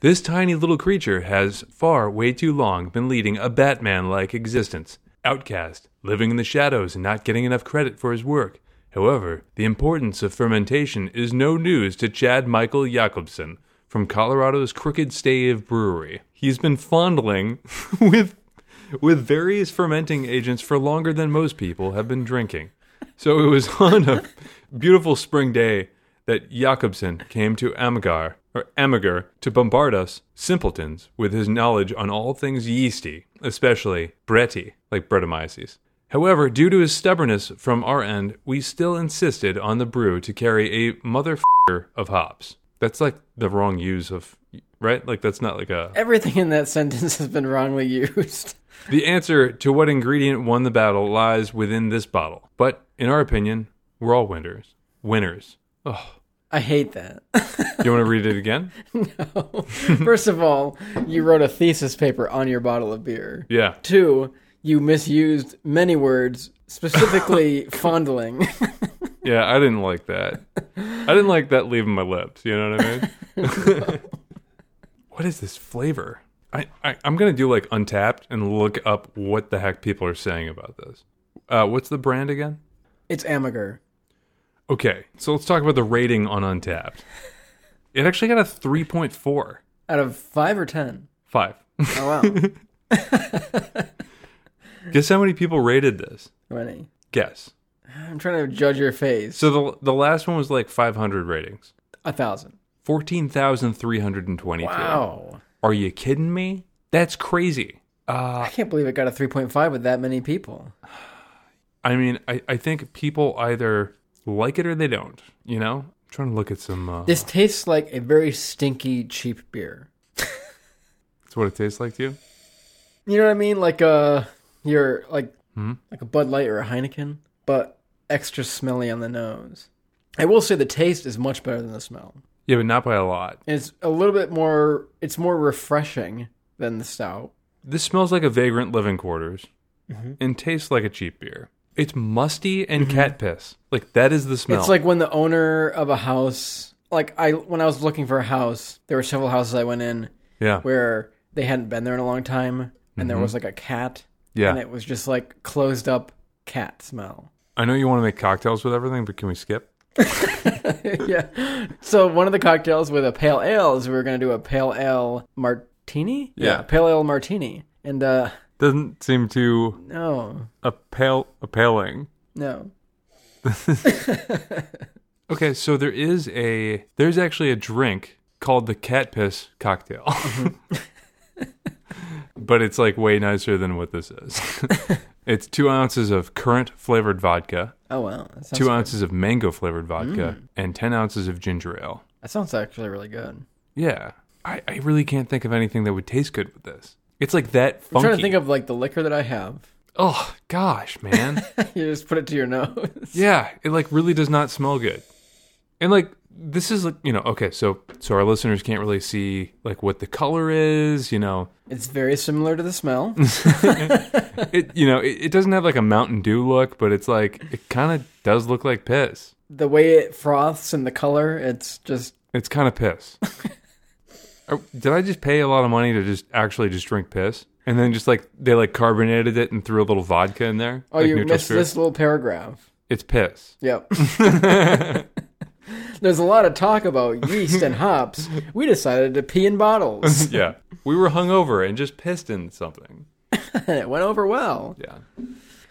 [SPEAKER 1] This tiny little creature has far way too long been leading a Batman like existence, outcast, living in the shadows and not getting enough credit for his work. However, the importance of fermentation is no news to Chad Michael Jacobson from Colorado's Crooked Stave Brewery. He's been fondling [LAUGHS] with with various fermenting agents for longer than most people have been drinking. So it was [LAUGHS] on a beautiful spring day that Jacobson came to Amagar or Amager to bombard us simpletons with his knowledge on all things yeasty, especially bretti, like Brettanomyces. However, due to his stubbornness from our end, we still insisted on the brew to carry a motherfucker of hops. That's like the wrong use of, right? Like that's not like a.
[SPEAKER 2] Everything in that [LAUGHS] sentence has been wrongly used.
[SPEAKER 1] The answer to what ingredient won the battle lies within this bottle. But in our opinion, we're all winners. Winners. Oh,
[SPEAKER 2] I hate that. [LAUGHS]
[SPEAKER 1] you want to read it again?
[SPEAKER 2] no. First of all, you wrote a thesis paper on your bottle of beer.
[SPEAKER 1] Yeah.
[SPEAKER 2] Two, you misused many words, [LAUGHS] specifically fondling.
[SPEAKER 1] Yeah, I didn't like that. I didn't like that leaving my lips. You know what I mean? what is this flavor? I, I I'm gonna do like Untapped and look up what the heck people are saying about this. Uh, what's the brand again?
[SPEAKER 2] it's Amager.
[SPEAKER 1] Okay, so let's talk about the rating on Untapped. It actually got a 3.4
[SPEAKER 2] Out of five or ten?
[SPEAKER 1] five. [LAUGHS]
[SPEAKER 2] Oh, wow.
[SPEAKER 1] Guess how many people rated this?
[SPEAKER 2] How [LAUGHS] many?
[SPEAKER 1] Guess.
[SPEAKER 2] I'm trying to judge your face.
[SPEAKER 1] So the the last one was like 500 ratings.
[SPEAKER 2] a thousand.
[SPEAKER 1] 14,322.
[SPEAKER 2] Wow.
[SPEAKER 1] Are you kidding me? That's crazy. Uh,
[SPEAKER 2] I can't believe it got a 3.5 with that many people.
[SPEAKER 1] I mean, I, I think people either like it or they don't, you know? I'm trying to look at some. Uh,
[SPEAKER 2] This tastes like a very stinky, cheap beer.
[SPEAKER 1] that's what it tastes like to you?
[SPEAKER 2] You know what I mean? Like a you're like like a Bud Light or a Heineken, but extra smelly on the nose. I will say the taste is much better than the smell.
[SPEAKER 1] Yeah, but not by a lot.
[SPEAKER 2] And It's a little bit more. It's more refreshing than the stout.
[SPEAKER 1] This smells like a vagrant living quarters
[SPEAKER 2] Mm-hmm.
[SPEAKER 1] and tastes like a cheap beer. It's musty and cat piss. Like, that is the smell.
[SPEAKER 2] It's like when the owner of a house, like I when I was looking for a house, there were several houses I went in
[SPEAKER 1] yeah.
[SPEAKER 2] where they hadn't been there in a long time, and there was like a cat,
[SPEAKER 1] Yeah.
[SPEAKER 2] and it was just like closed up cat smell.
[SPEAKER 1] I know you want to make cocktails with everything, but can we skip?
[SPEAKER 2] [LAUGHS] yeah. So one of the cocktails with a pale ale is we were going to do a pale ale martini.
[SPEAKER 1] Yeah.
[SPEAKER 2] pale ale martini. And uh
[SPEAKER 1] Doesn't seem too
[SPEAKER 2] no,
[SPEAKER 1] appeal- appealing.
[SPEAKER 2] no.
[SPEAKER 1] Okay, so there is a there's actually a drink called the cat piss cocktail.
[SPEAKER 2] Mm-hmm.
[SPEAKER 1] [LAUGHS] but it's like way nicer than what this
[SPEAKER 2] [LAUGHS]
[SPEAKER 1] is. it's two ounces of currant flavored vodka,
[SPEAKER 2] Oh wow, that sounds,
[SPEAKER 1] two ounces of mango flavored vodka,
[SPEAKER 2] Mm.
[SPEAKER 1] and ten ounces of ginger ale.
[SPEAKER 2] that sounds actually really good.
[SPEAKER 1] Yeah. I, I really can't think of anything that would taste good with this. It's like that funky.
[SPEAKER 2] I'm trying to think of like the liquor that I have. [LAUGHS]
[SPEAKER 1] oh gosh, man.
[SPEAKER 2] you just put it to your nose. [LAUGHS]
[SPEAKER 1] Yeah, it like really does not smell good. And like this is like, you know, okay, so so our listeners can't really see like what the color is, you know. [LAUGHS]
[SPEAKER 2] It's very similar to the smell.
[SPEAKER 1] It you know, it, it doesn't have like a Mountain Dew look, but it's like it kind of does look like piss.
[SPEAKER 2] the way it froths and the color, it's just
[SPEAKER 1] It's kind of
[SPEAKER 2] [LAUGHS]
[SPEAKER 1] piss. Are- Did I just pay a lot of money to just actually just drink piss? And then just like they like carbonated it and threw a little vodka in there.
[SPEAKER 2] Oh,
[SPEAKER 1] like
[SPEAKER 2] you
[SPEAKER 1] neutral
[SPEAKER 2] missed
[SPEAKER 1] spirit?
[SPEAKER 2] this little paragraph.
[SPEAKER 1] It's piss. [LAUGHS]
[SPEAKER 2] Yep. [LAUGHS] There's a lot of talk about yeast and hops. We decided to pee in bottles. [LAUGHS]
[SPEAKER 1] Yeah. we were hungover and just pissed in something.
[SPEAKER 2] and it went over well.
[SPEAKER 1] Yeah.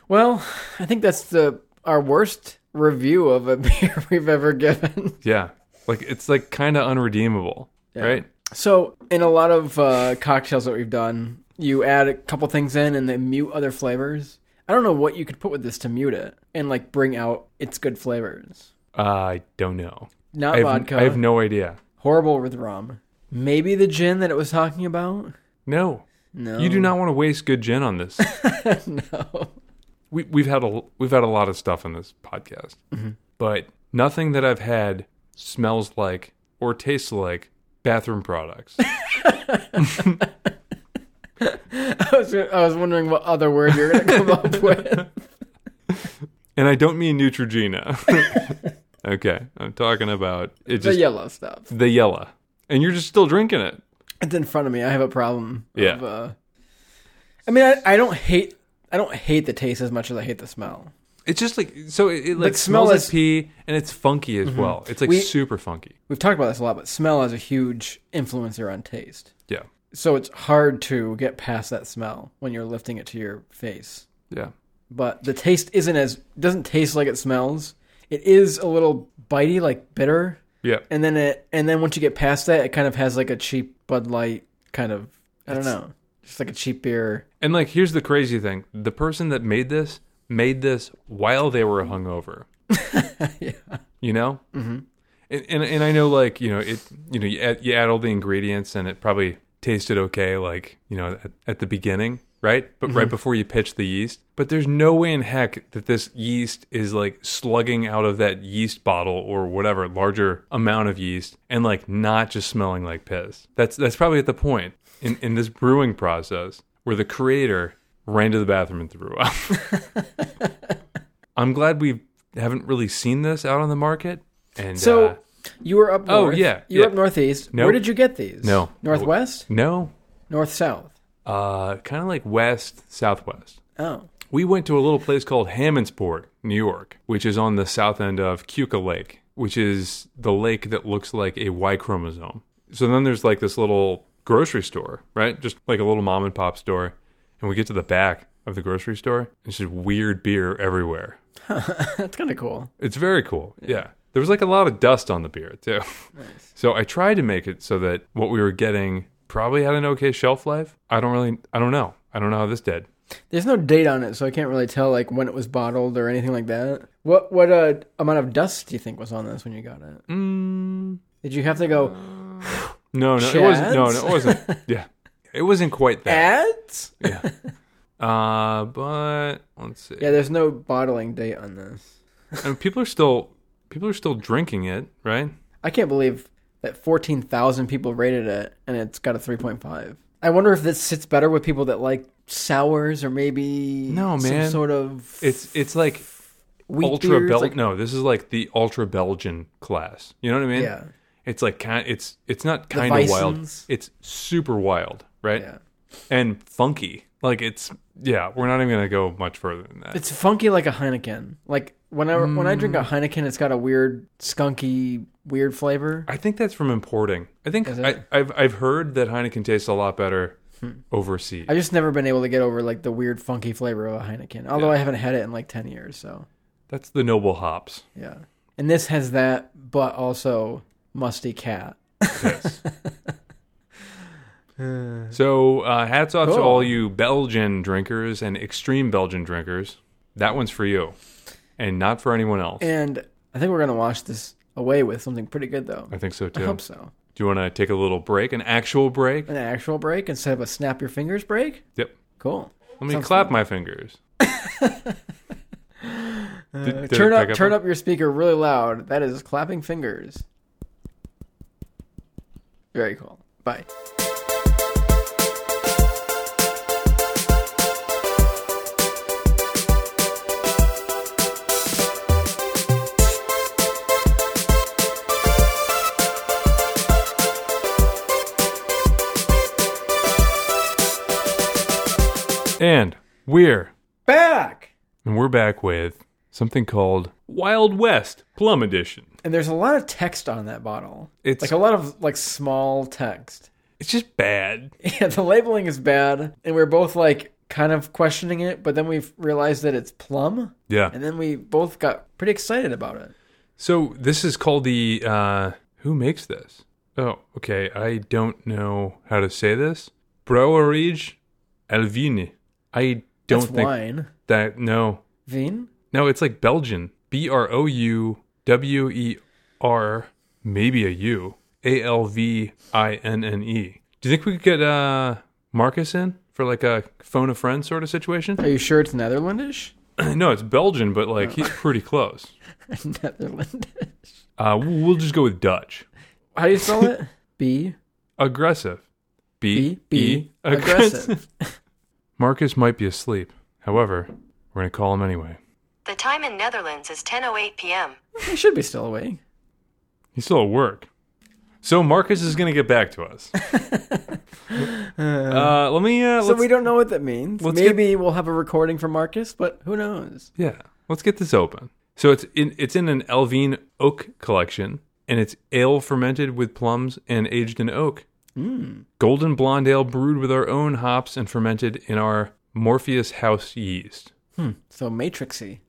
[SPEAKER 2] Well, I think that's the our worst review of a [LAUGHS] beer we've ever given.
[SPEAKER 1] Yeah. Like it's like kind of unredeemable, right?
[SPEAKER 2] So, in a lot of uh, cocktails that we've done, you add a couple things in and they mute other flavors. I don't know what you could put with this to mute it and like bring out its good flavors.
[SPEAKER 1] I don't know.
[SPEAKER 2] Not
[SPEAKER 1] I have,
[SPEAKER 2] vodka.
[SPEAKER 1] I have no idea.
[SPEAKER 2] horrible with rum. Maybe the gin that it was talking about. [LAUGHS]
[SPEAKER 1] No.
[SPEAKER 2] No.
[SPEAKER 1] You do not want to waste good gin on this.
[SPEAKER 2] [LAUGHS] no.
[SPEAKER 1] we, we've had a we've had a lot of stuff in this podcast,
[SPEAKER 2] Mm-hmm.
[SPEAKER 1] but nothing that I've had smells like or tastes like bathroom
[SPEAKER 2] [LAUGHS]
[SPEAKER 1] products.
[SPEAKER 2] I was, I was wondering what other word you're going to come up with.
[SPEAKER 1] and I don't mean Neutrogena. [LAUGHS] okay, I'm talking about it
[SPEAKER 2] The
[SPEAKER 1] just
[SPEAKER 2] yellow stuff.
[SPEAKER 1] the yellow, and you're just still drinking it.
[SPEAKER 2] It's in front of me. I have a problem.
[SPEAKER 1] Yeah.
[SPEAKER 2] Of, uh, I mean, I, I don't hate. I don't hate the taste as much as I hate the smell.
[SPEAKER 1] It's just like so it, it like
[SPEAKER 2] smell
[SPEAKER 1] smells
[SPEAKER 2] is- Mm-hmm.
[SPEAKER 1] like pee, and it's funky as well. It's like
[SPEAKER 2] We-
[SPEAKER 1] super funky.
[SPEAKER 2] We've talked about this a lot, but smell is a huge influencer on taste.
[SPEAKER 1] Yeah,
[SPEAKER 2] So it's hard to get past that smell when you're lifting it to your face.
[SPEAKER 1] yeah.
[SPEAKER 2] But the taste isn't as doesn't taste like it smells. It is a little bitey, like bitter,
[SPEAKER 1] Yeah,
[SPEAKER 2] and then it and then once you get past that, it kind of has like a cheap Bud Light kind of. I don't know, just like a cheap beer.
[SPEAKER 1] and like here's the crazy thing: the person that made this made this while they were hungover.
[SPEAKER 2] [LAUGHS] yeah.
[SPEAKER 1] you know mm-hmm. and, and and i know like you know it you know you add, you add all the ingredients and it probably tasted okay like you know at, at the beginning right but right before you pitch the yeast but there's no way in heck that this yeast is like slugging out of that yeast bottle or whatever larger amount of yeast and like not just smelling like piss that's that's probably at the point in in this brewing process where the creator ran to the bathroom and threw up i'm glad we haven't really seen this out on the market and
[SPEAKER 2] So
[SPEAKER 1] uh,
[SPEAKER 2] you were up
[SPEAKER 1] oh,
[SPEAKER 2] north.
[SPEAKER 1] yeah,
[SPEAKER 2] You were
[SPEAKER 1] yeah.
[SPEAKER 2] up northeast.
[SPEAKER 1] No.
[SPEAKER 2] Where did you get these?
[SPEAKER 1] No.
[SPEAKER 2] Northwest?
[SPEAKER 1] No,
[SPEAKER 2] North south.
[SPEAKER 1] uh, kind of like west southwest.
[SPEAKER 2] Oh.
[SPEAKER 1] We went to a little place called Hammondsport, New York, which is on the south end of Cuca Lake, which is the lake that looks like a Y chromosome. So then there's like this little grocery store, right? Just like a little mom and pop store. And we get to the back of the grocery store, and it's just weird beer everywhere.
[SPEAKER 2] [LAUGHS] That's kinda cool.
[SPEAKER 1] It's very cool. Yeah. There was like a lot of dust on the beer too. [LAUGHS] So I tried to make it so that what we were getting probably had an okay shelf life. I don't really I don't know. I don't know how this did.
[SPEAKER 2] There's no date on it, so I can't really tell like when it was bottled or anything like that. What what uh, amount of dust do you think was on this when you got it?
[SPEAKER 1] Mm,
[SPEAKER 2] Did you have to go
[SPEAKER 1] no, no, it wasn't no, no,
[SPEAKER 2] Chance?
[SPEAKER 1] it wasn't.
[SPEAKER 2] [LAUGHS]
[SPEAKER 1] Yeah. It wasn't quite that.
[SPEAKER 2] ads? [LAUGHS]
[SPEAKER 1] Yeah. Uh but let's see.
[SPEAKER 2] Yeah, there's no bottling date on this.
[SPEAKER 1] I mean, people are still people are still drinking it, right?
[SPEAKER 2] I can't believe that 14,000 people rated it and it's got a 3.5. I wonder if this sits better with people that like sours or maybe
[SPEAKER 1] No, man.
[SPEAKER 2] some sort of
[SPEAKER 1] It's it's like
[SPEAKER 2] wheat
[SPEAKER 1] ultra
[SPEAKER 2] beers,
[SPEAKER 1] Bel
[SPEAKER 2] like-
[SPEAKER 1] no, this is like the ultra Belgian class. You know what I mean?
[SPEAKER 2] Yeah.
[SPEAKER 1] It's like kind it's it's not kind of wild.
[SPEAKER 2] Bisons.
[SPEAKER 1] It's super wild, right?
[SPEAKER 2] Yeah.
[SPEAKER 1] And funky. Like it's yeah, we're not even going to go much further than that.
[SPEAKER 2] It's funky like a Heineken. Like whenever when I
[SPEAKER 1] Mm.
[SPEAKER 2] drink a Heineken, it's got a weird skunky weird flavor.
[SPEAKER 1] I think that's from importing. I think
[SPEAKER 2] Is it? Hmm.
[SPEAKER 1] I, I've I've heard that Heineken tastes a lot better overseas.
[SPEAKER 2] I've just never been able to get over like the weird funky flavor of a Heineken. Although I haven't had it in like ten years, so
[SPEAKER 1] That's the noble hops.
[SPEAKER 2] yeah. And this has that, but also musty cat. [LAUGHS]
[SPEAKER 1] Yes. so uh, hats off to
[SPEAKER 2] Cool.
[SPEAKER 1] all you Belgian drinkers and extreme Belgian drinkers. That one's for you, and not for anyone else.
[SPEAKER 2] And I think we're gonna wash this away with something pretty good though.
[SPEAKER 1] I think so
[SPEAKER 2] I
[SPEAKER 1] too.
[SPEAKER 2] hope so.
[SPEAKER 1] Do you want to take a little break, an actual break?
[SPEAKER 2] An actual break instead of a snap your fingers break.
[SPEAKER 1] Yep.
[SPEAKER 2] Cool.
[SPEAKER 1] Let me
[SPEAKER 2] Sounds
[SPEAKER 1] clap my
[SPEAKER 2] [LAUGHS]
[SPEAKER 1] fingers. Did-
[SPEAKER 2] Uh,
[SPEAKER 1] did it
[SPEAKER 2] turn up,
[SPEAKER 1] pick
[SPEAKER 2] turn
[SPEAKER 1] on-
[SPEAKER 2] up your speaker really loud. That is clapping fingers. Very cool. Bye.
[SPEAKER 1] And we're
[SPEAKER 2] Back.
[SPEAKER 1] and we're back with something called Wild West Plum Edition.
[SPEAKER 2] And there's a lot of text on that bottle.
[SPEAKER 1] It's
[SPEAKER 2] Like a lot of like small text. [LAUGHS]
[SPEAKER 1] it's just bad.
[SPEAKER 2] Yeah, the labeling is bad, and we're both like kind of questioning it, but then we realized that it's plum,
[SPEAKER 1] Yeah.
[SPEAKER 2] and then we both got pretty excited about it.
[SPEAKER 1] So this is called the uh who makes this? Oh, okay. I don't know how to say this. Brouwerij Elvine. I don't
[SPEAKER 2] That's
[SPEAKER 1] think
[SPEAKER 2] wine.
[SPEAKER 1] that no.
[SPEAKER 2] Veen?
[SPEAKER 1] No, it's like Belgian. B R O U W E R maybe a U. A L V I N N E. Do you think we could get uh Marcus in? for like a phone a friend sort of situation. [CLEARS THROAT]
[SPEAKER 2] Are you sure it's Netherlandish? [LAUGHS]
[SPEAKER 1] no, it's Belgian, but like he's pretty close.
[SPEAKER 2] Netherlandish.
[SPEAKER 1] Uh, we'll just go with Dutch.
[SPEAKER 2] How do you
[SPEAKER 1] [LAUGHS]
[SPEAKER 2] spell it? B
[SPEAKER 1] Aggressive. B
[SPEAKER 2] B B
[SPEAKER 1] aggressive. [LAUGHS]
[SPEAKER 2] aggressive.
[SPEAKER 1] Marcus might be asleep. However, we're gonna call him anyway.
[SPEAKER 3] The time in Netherlands is 10:08 p.m.
[SPEAKER 2] He should be still awake.
[SPEAKER 1] He's still at work. So Marcus is gonna get back to
[SPEAKER 2] [LAUGHS]
[SPEAKER 1] us. uh, let me. Uh,
[SPEAKER 2] So
[SPEAKER 1] let's,
[SPEAKER 2] we don't know what that means.
[SPEAKER 1] let's
[SPEAKER 2] Maybe we'll have a recording from Marcus, but who knows?
[SPEAKER 1] yeah, let's get this open. So it's in it's in an Elvine oak collection, and it's ale fermented with plums and aged in oak.
[SPEAKER 2] Hmm.
[SPEAKER 1] Golden blonde ale brewed with our own hops and fermented in our Morpheus house yeast.
[SPEAKER 2] So matrixy. [LAUGHS]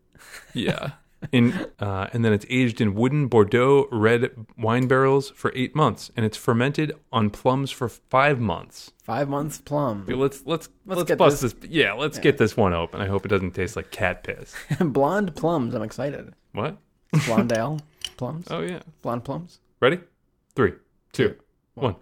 [SPEAKER 1] Yeah. In, uh, and then it's aged in wooden Bordeaux red wine barrels for eight months, and it's fermented on plums for five months.
[SPEAKER 2] Five months plum.
[SPEAKER 1] Let's let's let's,
[SPEAKER 2] get
[SPEAKER 1] bust this. Yeah, let's get this one open. I hope it doesn't taste like cat piss.
[SPEAKER 2] [LAUGHS] Blonde plums. I'm excited.
[SPEAKER 1] What?
[SPEAKER 2] Blonde
[SPEAKER 1] [LAUGHS]
[SPEAKER 2] ale plums.
[SPEAKER 1] Oh yeah.
[SPEAKER 2] Blonde plums.
[SPEAKER 1] Ready? Three, two, one.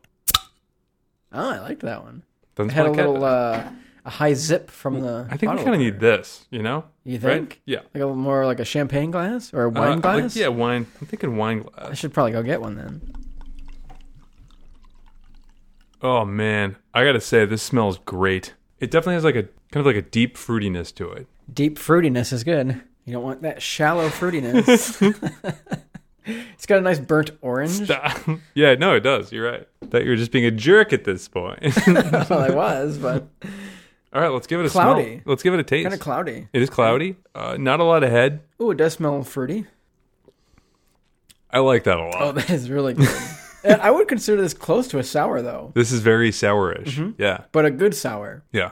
[SPEAKER 2] Oh, I like that one.
[SPEAKER 1] Doesn't
[SPEAKER 2] It had a
[SPEAKER 1] smell like cat
[SPEAKER 2] little
[SPEAKER 1] piss.
[SPEAKER 2] uh, a high zip from the.
[SPEAKER 1] I think we
[SPEAKER 2] bottle
[SPEAKER 1] kind of
[SPEAKER 2] opener.
[SPEAKER 1] need this. You know?
[SPEAKER 2] You
[SPEAKER 1] Right?
[SPEAKER 2] think?
[SPEAKER 1] Yeah.
[SPEAKER 2] Like a little more like a champagne glass or a
[SPEAKER 1] Uh,
[SPEAKER 2] wine
[SPEAKER 1] like-
[SPEAKER 2] glass.
[SPEAKER 1] yeah, wine. I'm thinking wine
[SPEAKER 2] I
[SPEAKER 1] glass.
[SPEAKER 2] should probably go get one then.
[SPEAKER 1] Oh man, I gotta say this smells great. It definitely has like a kind of like a deep fruitiness to
[SPEAKER 2] [LAUGHS]
[SPEAKER 1] it.
[SPEAKER 2] Deep fruitiness is good. You don't want that shallow fruitiness.
[SPEAKER 1] [LAUGHS]
[SPEAKER 2] it's got a nice burnt orange.
[SPEAKER 1] [LAUGHS] yeah, no, it does. You're right. That you're just being a jerk at this point. [LAUGHS]
[SPEAKER 2] well, I was, but
[SPEAKER 1] All right, let's give it a
[SPEAKER 2] Cloudy.
[SPEAKER 1] smell. Let's give it a taste.
[SPEAKER 2] kind of cloudy.
[SPEAKER 1] it is cloudy. Uh, not a lot of head.
[SPEAKER 2] Ooh, it does smell fruity.
[SPEAKER 1] I like that a lot.
[SPEAKER 2] Oh, [LAUGHS] that is really good. And I would consider this close to a sour though,
[SPEAKER 1] This is very sourish. Yeah,
[SPEAKER 2] but a good sour.
[SPEAKER 1] yeah.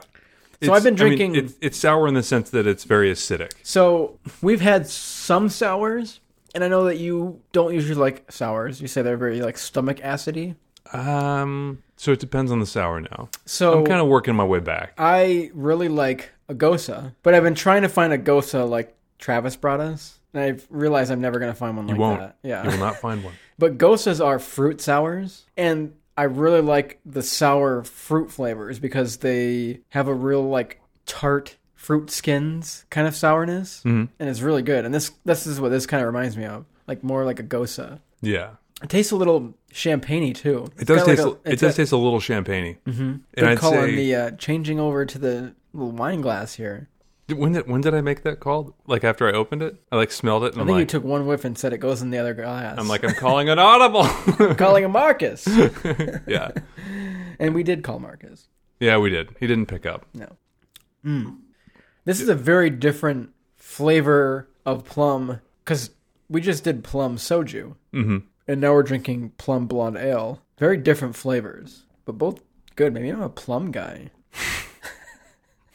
[SPEAKER 2] Mm-hmm. So I've been
[SPEAKER 1] I mean,
[SPEAKER 2] drinking-
[SPEAKER 1] it's, it's sour in the sense that it's very acidic.
[SPEAKER 2] So we've had some sours, and I know that you don't usually like sours. You say they're very like stomach acidy.
[SPEAKER 1] Um, so it depends on the sour now.
[SPEAKER 2] So
[SPEAKER 1] I'm kind of working my way
[SPEAKER 2] Uh,
[SPEAKER 1] back.
[SPEAKER 2] I really like a Gosa, but I've been trying to find a Gosa like Travis brought us, and I've realized I'm never gonna find one like
[SPEAKER 1] won't.
[SPEAKER 2] that. Yeah,
[SPEAKER 1] You will not find
[SPEAKER 2] [LAUGHS]
[SPEAKER 1] one.
[SPEAKER 2] But Gosas are fruit sours, and I really like the sour fruit flavors because they have a real like tart fruit skins kind of sourness,
[SPEAKER 1] Mm-hmm.
[SPEAKER 2] and it's really good. And this this is what this kind of reminds me of, like more like a Gosa.
[SPEAKER 1] Yeah,
[SPEAKER 2] It tastes a little champagney too.
[SPEAKER 1] it does taste. a- it does taste a little champagney. Mm-hmm. And
[SPEAKER 2] Good
[SPEAKER 1] I'd
[SPEAKER 2] call on
[SPEAKER 1] say
[SPEAKER 2] the uh, changing over to the little wine glass here.
[SPEAKER 1] when did when did I make that call? Like after I opened it, I like smelled it, and
[SPEAKER 2] I
[SPEAKER 1] I'm
[SPEAKER 2] think
[SPEAKER 1] like,
[SPEAKER 2] you took one whiff and said it goes in the other glass.
[SPEAKER 1] I'm like, I'm calling an audible. [LAUGHS]
[SPEAKER 2] [LAUGHS] calling him Marcus,
[SPEAKER 1] yeah,
[SPEAKER 2] and we did call Marcus.
[SPEAKER 1] yeah, we did. He didn't pick up. [LAUGHS]
[SPEAKER 2] Mm. This is a very different flavor of plum because we just did plum soju, mm-hmm. and now we're drinking plum blonde ale. Very different flavors, but both good. Maybe I'm a plum guy.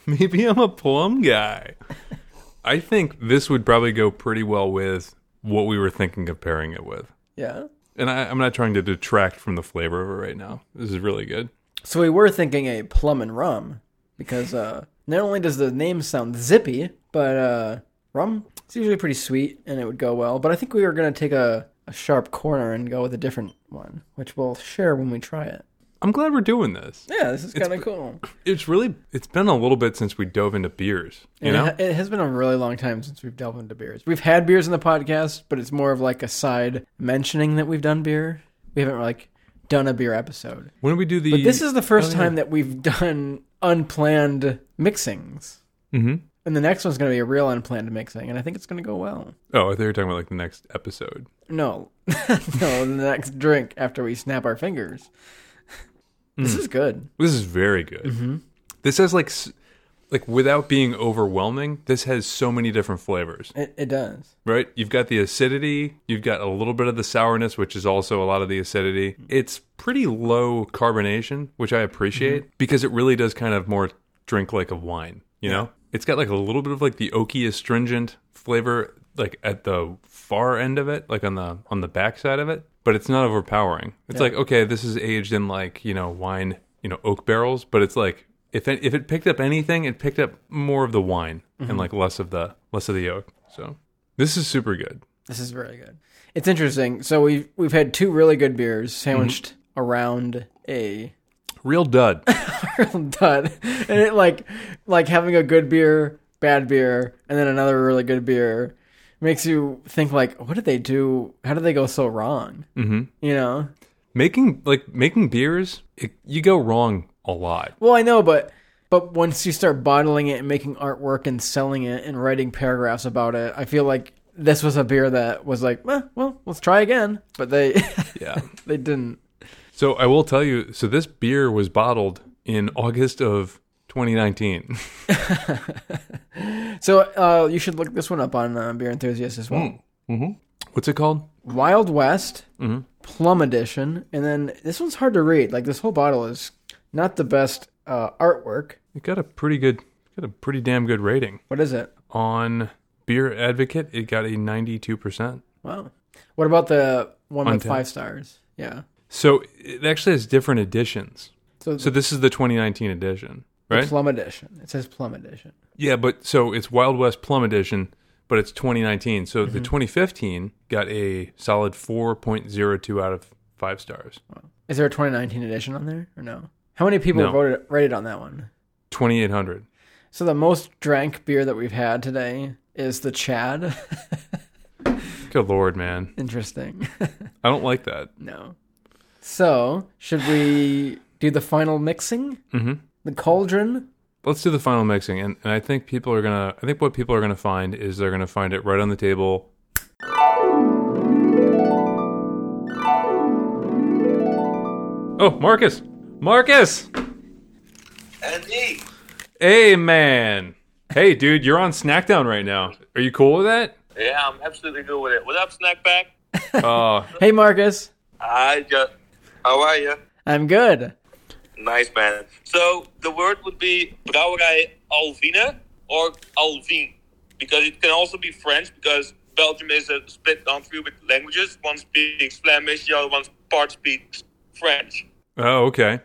[SPEAKER 1] Maybe I'm a plum
[SPEAKER 2] [LAUGHS]
[SPEAKER 1] guy. I think this would probably go pretty well with what we were thinking of pairing it with.
[SPEAKER 2] Yeah.
[SPEAKER 1] And I, I'm not trying to detract from the flavor of it right now. This is really good.
[SPEAKER 2] So we were thinking a plum and rum because uh, not only does the name sound zippy, but uh, rum it's usually pretty sweet and it would go well. But I think we were gonna take a, a sharp corner and go with a different one, which we'll share when we try it.
[SPEAKER 1] I'm glad we're doing this.
[SPEAKER 2] Yeah, this is kind of cool.
[SPEAKER 1] It's really it's been a little bit since we dove into beers. You
[SPEAKER 2] And it
[SPEAKER 1] know?
[SPEAKER 2] ha- It has been a really long time since we've delved into beers. We've had beers in the podcast, but it's more of like a side mentioning that we've done beer. We haven't like done a beer episode.
[SPEAKER 1] When did we do the
[SPEAKER 2] But this is the first
[SPEAKER 1] Oh, yeah.
[SPEAKER 2] time that we've done unplanned mixings.
[SPEAKER 1] Mhm.
[SPEAKER 2] And the next one's going to be a real unplanned mixing, and I think it's going to go well.
[SPEAKER 1] Oh, I thought you were talking about like the next episode.
[SPEAKER 2] No. [LAUGHS] no, the next drink after we snap our fingers.
[SPEAKER 1] Hmm.
[SPEAKER 2] This is good.
[SPEAKER 1] This is very good.
[SPEAKER 2] Mm-hmm.
[SPEAKER 1] This has like s- like without being overwhelming, this has so many different flavors.
[SPEAKER 2] It, it does.
[SPEAKER 1] right? You've got the acidity, you've got a little bit of the sourness, which is also a lot of the acidity. It's pretty low carbonation, which I appreciate because it really does kind of more drink like a wine, you know? It's got like a little bit of like the oaky astringent flavor like at the far end of it, like on the on the back side of it, but it's not overpowering. It's like, okay, this is aged in like, you know, wine, you know, oak barrels, but it's like if it, if it picked up anything, it picked up more of the wine and like less of the less of the oak. So this is super good.
[SPEAKER 2] This is really good. It's interesting. So we've we've had two really good beers sandwiched around a
[SPEAKER 1] Real dud.
[SPEAKER 2] done. [LAUGHS] And it like like having a good beer, bad beer, and then another really good beer makes you think like, what did they do? How did they go so wrong? Mm-hmm. You know.
[SPEAKER 1] making like making beers, it, you go wrong a lot.
[SPEAKER 2] Well, I know, but but once you start bottling it and making artwork and selling it and writing paragraphs about it, I feel like this was a beer that was like, eh, well, let's try again, but they [LAUGHS]
[SPEAKER 1] Yeah.
[SPEAKER 2] they didn't.
[SPEAKER 1] So I will tell you. So this beer was bottled in August of 2019.
[SPEAKER 2] So uh, you should look this one up on uh, Beer Enthusiast as well.
[SPEAKER 1] [LAUGHS] What's it called?
[SPEAKER 2] Wild West,
[SPEAKER 1] Mm-hmm.
[SPEAKER 2] Plum Edition, and then this one's hard to read. Like this whole bottle is not the best uh, artwork.
[SPEAKER 1] It got a pretty good, got a pretty damn good rating
[SPEAKER 2] What is it?
[SPEAKER 1] on Beer Advocate. It got a 92 percent.
[SPEAKER 2] Wow. What about the one with
[SPEAKER 1] Untapped.
[SPEAKER 2] five stars? Yeah.
[SPEAKER 1] So it actually has different editions.
[SPEAKER 2] So,
[SPEAKER 1] So this is the 2019 edition, right?
[SPEAKER 2] Plum Edition. It says Plum Edition.
[SPEAKER 1] Yeah, but so it's Wild West Plum Edition, but it's 2019. So the 2015 got a solid 4.02 out of five stars.
[SPEAKER 2] Is there a 2019 edition on there or no? How many people
[SPEAKER 1] No.
[SPEAKER 2] voted rated on that one?
[SPEAKER 1] 2800.
[SPEAKER 2] So the most drank beer that we've had today is the Chad. [LAUGHS]
[SPEAKER 1] Good lord, man.
[SPEAKER 2] Interesting. [LAUGHS]
[SPEAKER 1] I don't like that.
[SPEAKER 2] no. So should we do the final mixing? Mm-hmm. The cauldron.
[SPEAKER 1] Let's do the final mixing, and, and I think people are gonna. I think what people are gonna find is they're gonna find it right on the table. Oh, Marcus, Marcus,
[SPEAKER 4] Andy,
[SPEAKER 1] hey man, hey dude, you're on Snackdown right now. Are you cool with that?
[SPEAKER 4] yeah, I'm absolutely good with it. What up, Snackback?
[SPEAKER 1] Oh,
[SPEAKER 2] Hey Marcus,
[SPEAKER 4] Hi, just how are you?
[SPEAKER 2] I'm good.
[SPEAKER 4] Nice man. So the word would be Brouwerij Alvine or Alvin, because it can also be French because Belgium is a split country with languages. One speaks Flemish, the other one part speaks French.
[SPEAKER 1] oh, okay.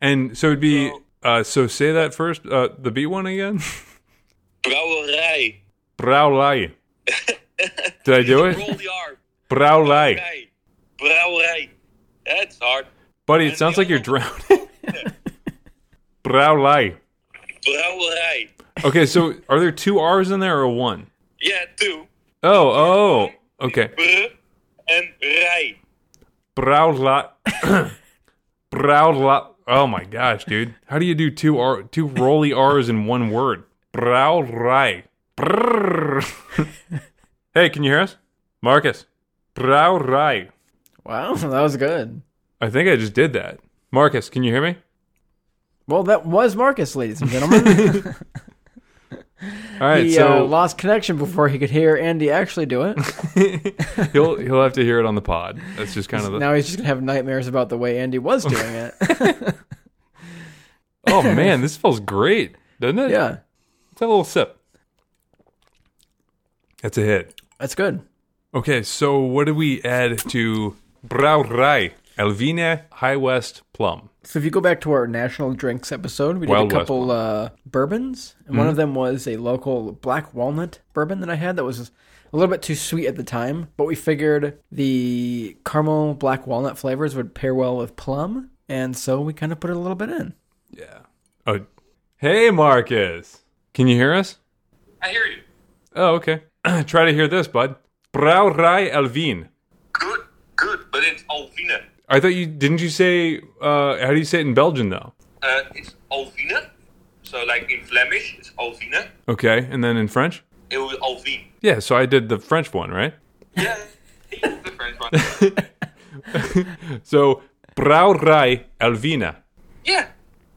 [SPEAKER 1] And so it'd be.
[SPEAKER 4] So-
[SPEAKER 1] Uh, so say that first. Uh, the B one again. [LAUGHS]
[SPEAKER 4] Brouwerij.
[SPEAKER 1] Brouwlei. Did I do
[SPEAKER 4] [LAUGHS] Roll
[SPEAKER 1] it?
[SPEAKER 4] the R.
[SPEAKER 1] Brouwlei.
[SPEAKER 4] Brouwerij. Brouwerij. That's hard.
[SPEAKER 1] Buddy, it sounds like you're drowning. [LAUGHS] Braulai.
[SPEAKER 4] Brouwerij.
[SPEAKER 1] Okay, so are there two R's in there or one?
[SPEAKER 4] Yeah, two.
[SPEAKER 1] Oh, oh. Okay.
[SPEAKER 4] Br and rij.
[SPEAKER 1] [COUGHS] Braulai. Braulai. Oh my gosh, dude. How do you do two R two roly R's in one word? Braulai. Brrr. [LAUGHS] hey, can you hear us? Marcus. Braulai.
[SPEAKER 2] Wow, [LAUGHS] that was good.
[SPEAKER 1] I think I just did that. Marcus, can you hear me?
[SPEAKER 2] Well, that was Marcus, ladies and gentlemen.
[SPEAKER 1] All right,
[SPEAKER 2] he
[SPEAKER 1] so
[SPEAKER 2] uh, lost connection before he could hear Andy actually do it.
[SPEAKER 1] he'll he'll have to hear it on the pod. That's just kind of the
[SPEAKER 2] now he's just gonna have nightmares about the way Andy was doing it.
[SPEAKER 1] Oh man, this feels great, doesn't it?
[SPEAKER 2] yeah,
[SPEAKER 1] Let's have a little sip. That's a hit.
[SPEAKER 2] that's good.
[SPEAKER 1] Okay, so what do we add to Brauerei Elvina High West Plum?
[SPEAKER 2] So if you go back to our national drinks episode, we did
[SPEAKER 1] Wild
[SPEAKER 2] a
[SPEAKER 1] West
[SPEAKER 2] couple uh, bourbons, and one of them was a local black walnut bourbon that I had that was a little bit too sweet at the time, but we figured the caramel black walnut flavors would pair well with plum, and so we kind of put a little bit in.
[SPEAKER 1] Yeah. Oh, hey Marcus, can you hear us?
[SPEAKER 4] I hear you.
[SPEAKER 1] Oh, okay. [CLEARS THROAT] Try to hear this, bud. Brauerei Elvin.
[SPEAKER 4] Good, good, but it's Alvina.
[SPEAKER 1] I thought you didn't you say uh, how do you say it in Belgian though?
[SPEAKER 4] Uh, it's Alvina. So, like in Flemish, it's Alvina.
[SPEAKER 1] Okay, and then in French.
[SPEAKER 4] It was Alvin.
[SPEAKER 1] Yeah, so I did the French one, right?
[SPEAKER 4] Yeah, it's the French one.
[SPEAKER 1] So Brauerei Elvina.
[SPEAKER 4] [LAUGHS] Yeah,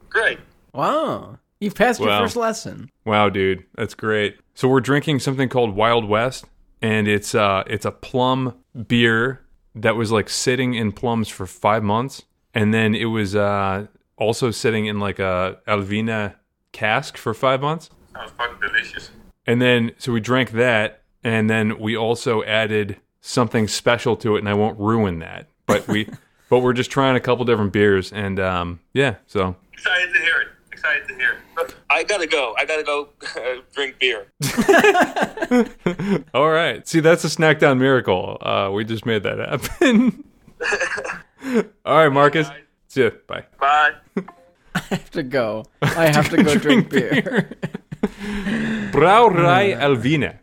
[SPEAKER 4] great.
[SPEAKER 2] Wow, you've passed your
[SPEAKER 1] Wow.
[SPEAKER 2] first lesson. [LAUGHS]
[SPEAKER 1] Wow, dude, that's great. So we're drinking something called Wild West, and it's uh it's a plum beer that was like sitting in plums for five months, and then it was uh also sitting in like a Alvina cask for five months,
[SPEAKER 4] Sounds fucking delicious.
[SPEAKER 1] and then so we drank that, and then we also added something special to it, and I won't ruin that, but we. [LAUGHS] But we're just trying a couple different beers, and um, yeah, so
[SPEAKER 4] Excited to hear it. Excited to hear it. I gotta go. I gotta go [LAUGHS] uh, drink beer.
[SPEAKER 1] All right. See, that's a Snackdown miracle. Uh, we just made that [LAUGHS] happen. All right, Marcus. See ya. Bye.
[SPEAKER 4] Bye.
[SPEAKER 2] have to [LAUGHS] go. I have to go drink, beer. [LAUGHS]
[SPEAKER 1] Brauerei Alvina.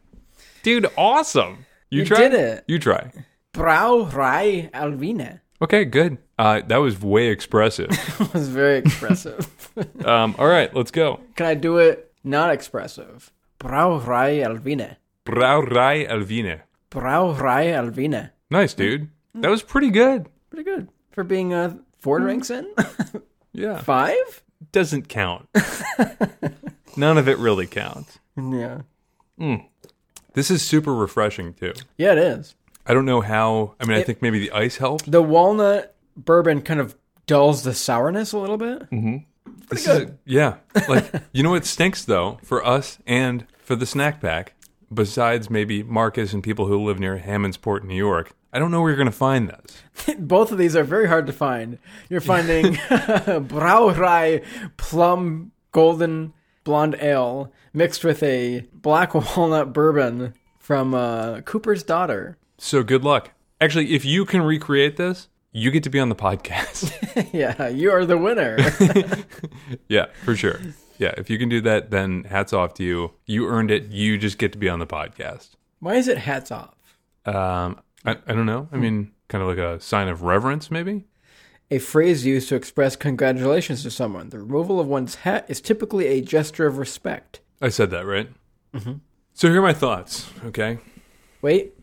[SPEAKER 1] Dude, awesome. You,
[SPEAKER 2] You
[SPEAKER 1] try
[SPEAKER 2] did it.
[SPEAKER 1] You try.
[SPEAKER 2] Brauerei [LAUGHS] Alvina.
[SPEAKER 1] Okay, good. Uh, that was way
[SPEAKER 2] [LAUGHS]
[SPEAKER 1] expressive.
[SPEAKER 2] That was very expressive. [LAUGHS]
[SPEAKER 1] um, all right, let's go.
[SPEAKER 2] Can I do it not expressive? Brauerei Alvina.
[SPEAKER 1] Brauerei Alvina.
[SPEAKER 2] Brauerei Alvina.
[SPEAKER 1] Nice, dude. That was pretty good.
[SPEAKER 2] Pretty good. For being uh, four drinks in? [LAUGHS]
[SPEAKER 1] Yeah.
[SPEAKER 2] Five?
[SPEAKER 1] Doesn't
[SPEAKER 2] [LAUGHS]
[SPEAKER 1] count. None of it really counts.
[SPEAKER 2] Yeah.
[SPEAKER 1] This is super refreshing, too.
[SPEAKER 2] Yeah, it is.
[SPEAKER 1] I don't know how. I mean, I think maybe the ice helped.
[SPEAKER 2] The walnut bourbon kind of dulls the sourness a little bit.
[SPEAKER 1] This is a- yeah. Like, you know what stinks, though, for us and for the snack pack, besides maybe Marcus and people who live near Hammondsport, New York? I don't know where you're going to find those.
[SPEAKER 2] [LAUGHS] Both of these are very hard to find. You're finding [LAUGHS] Brauerei Plum Golden Blonde Ale mixed with a black [LAUGHS] walnut bourbon from uh, Cooper's Daughter. [LAUGHS]
[SPEAKER 1] So good luck. Actually, if you can recreate this, you get to be on the podcast.
[SPEAKER 2] Yeah, you are the winner.
[SPEAKER 1] yeah, for sure. Yeah, if you can do that, then hats off to you. You earned it. You just get to be on the podcast.
[SPEAKER 2] Why is it hats off?
[SPEAKER 1] Um, I, I don't know. I mean, kind of like a sign of reverence, maybe.
[SPEAKER 2] A phrase used to express congratulations to someone. The removal of one's hat is typically a gesture of respect.
[SPEAKER 1] I said that right.
[SPEAKER 2] Mm-hmm.
[SPEAKER 1] So here are my thoughts. Okay.
[SPEAKER 2] Wait,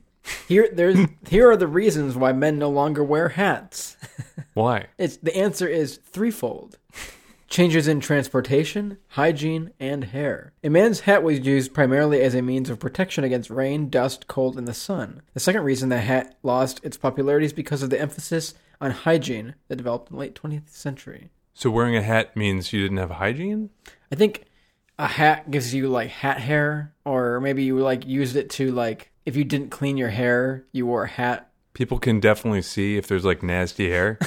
[SPEAKER 2] here there's here are the reasons why men no longer wear hats.
[SPEAKER 1] Why?
[SPEAKER 2] It's the answer is threefold. Changes in transportation, hygiene, and hair. A man's hat was used primarily as a means of protection against rain, dust, cold, and the sun. The second reason the hat lost its popularity is because of the emphasis on hygiene that developed in the late 20th century.
[SPEAKER 1] So wearing a hat means you didn't have hygiene?
[SPEAKER 2] I think a hat gives you like hat hair, or maybe you like used it to like if you didn't clean your hair, you wore a hat.
[SPEAKER 1] People can definitely see if there's like nasty
[SPEAKER 2] [LAUGHS]
[SPEAKER 1] hair.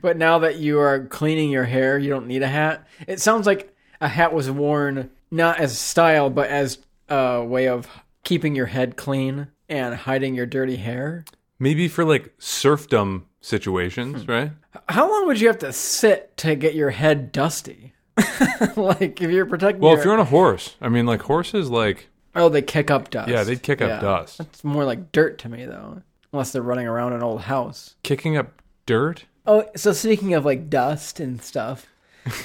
[SPEAKER 2] But now that you are cleaning your hair, you don't need a hat. It sounds like a hat was worn not as style, but as a way of keeping your head clean and hiding your dirty hair.
[SPEAKER 1] maybe for like serfdom situations,
[SPEAKER 2] Hmm.
[SPEAKER 1] right?
[SPEAKER 2] How long would you have to sit to get your head dusty? [LAUGHS] like if you're protecting
[SPEAKER 1] Well,
[SPEAKER 2] your,
[SPEAKER 1] if you're on a horse, I mean, like horses, like
[SPEAKER 2] oh they kick up dust.
[SPEAKER 1] yeah, they'd kick up
[SPEAKER 2] Yeah.
[SPEAKER 1] dust.
[SPEAKER 2] It's more like dirt to me though, unless they're running around an old house.
[SPEAKER 1] Kicking up dirt.
[SPEAKER 2] Oh, so speaking of like dust and stuff,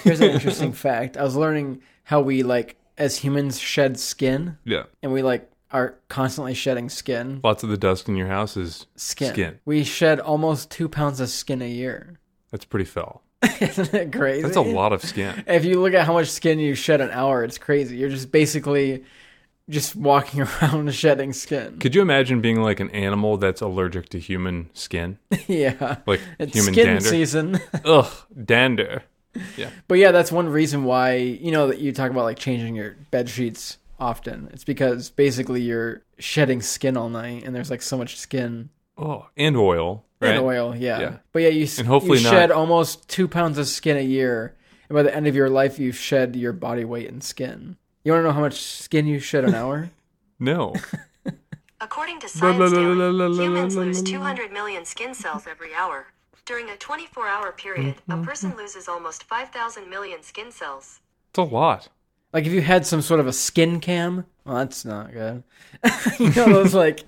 [SPEAKER 2] here's an [LAUGHS] interesting fact. I was learning how we like as humans shed skin,
[SPEAKER 1] Yeah.
[SPEAKER 2] and we like are constantly shedding skin.
[SPEAKER 1] Lots of the dust in your house is
[SPEAKER 2] Skin.
[SPEAKER 1] skin.
[SPEAKER 2] We shed almost two pounds of skin a year. [LAUGHS]
[SPEAKER 1] That's pretty foul.
[SPEAKER 2] Isn't it crazy?
[SPEAKER 1] That's a lot of skin.
[SPEAKER 2] If you look at how much skin you shed an hour, it's crazy. You're just basically just walking [LAUGHS] around shedding skin.
[SPEAKER 1] Could you imagine being like an animal that's allergic to human skin?
[SPEAKER 2] [LAUGHS] yeah.
[SPEAKER 1] Like
[SPEAKER 2] it's
[SPEAKER 1] human
[SPEAKER 2] skin
[SPEAKER 1] dander?
[SPEAKER 2] season.
[SPEAKER 1] Ugh, dander.
[SPEAKER 2] But yeah, that's one reason why you know that you talk about like changing your bed sheets often. It's because basically you're shedding skin all night, and there's like so much skin
[SPEAKER 1] Oh, and oil, right?
[SPEAKER 2] and oil. Yeah.
[SPEAKER 1] Yeah.
[SPEAKER 2] But yeah, you s-
[SPEAKER 1] And hopefully
[SPEAKER 2] you
[SPEAKER 1] not-
[SPEAKER 2] shed almost two pounds of skin a year, and by the end of your life, you shed your body weight in skin. You want to know how much skin you shed an hour? [LAUGHS]
[SPEAKER 1] No.
[SPEAKER 3] According to
[SPEAKER 1] La, la,
[SPEAKER 3] Science
[SPEAKER 1] la,
[SPEAKER 3] Daily,
[SPEAKER 1] la, la, la, la,
[SPEAKER 3] humans
[SPEAKER 1] la,
[SPEAKER 3] lose
[SPEAKER 1] la, la.
[SPEAKER 3] 200 million skin cells every hour. During a 24 hour period, a
[SPEAKER 1] Mm-hmm.
[SPEAKER 3] person loses almost 5,000 million skin cells.
[SPEAKER 1] It's a lot.
[SPEAKER 2] Like if you had some sort of a skin cam, well, that's not good. [LAUGHS] you know those like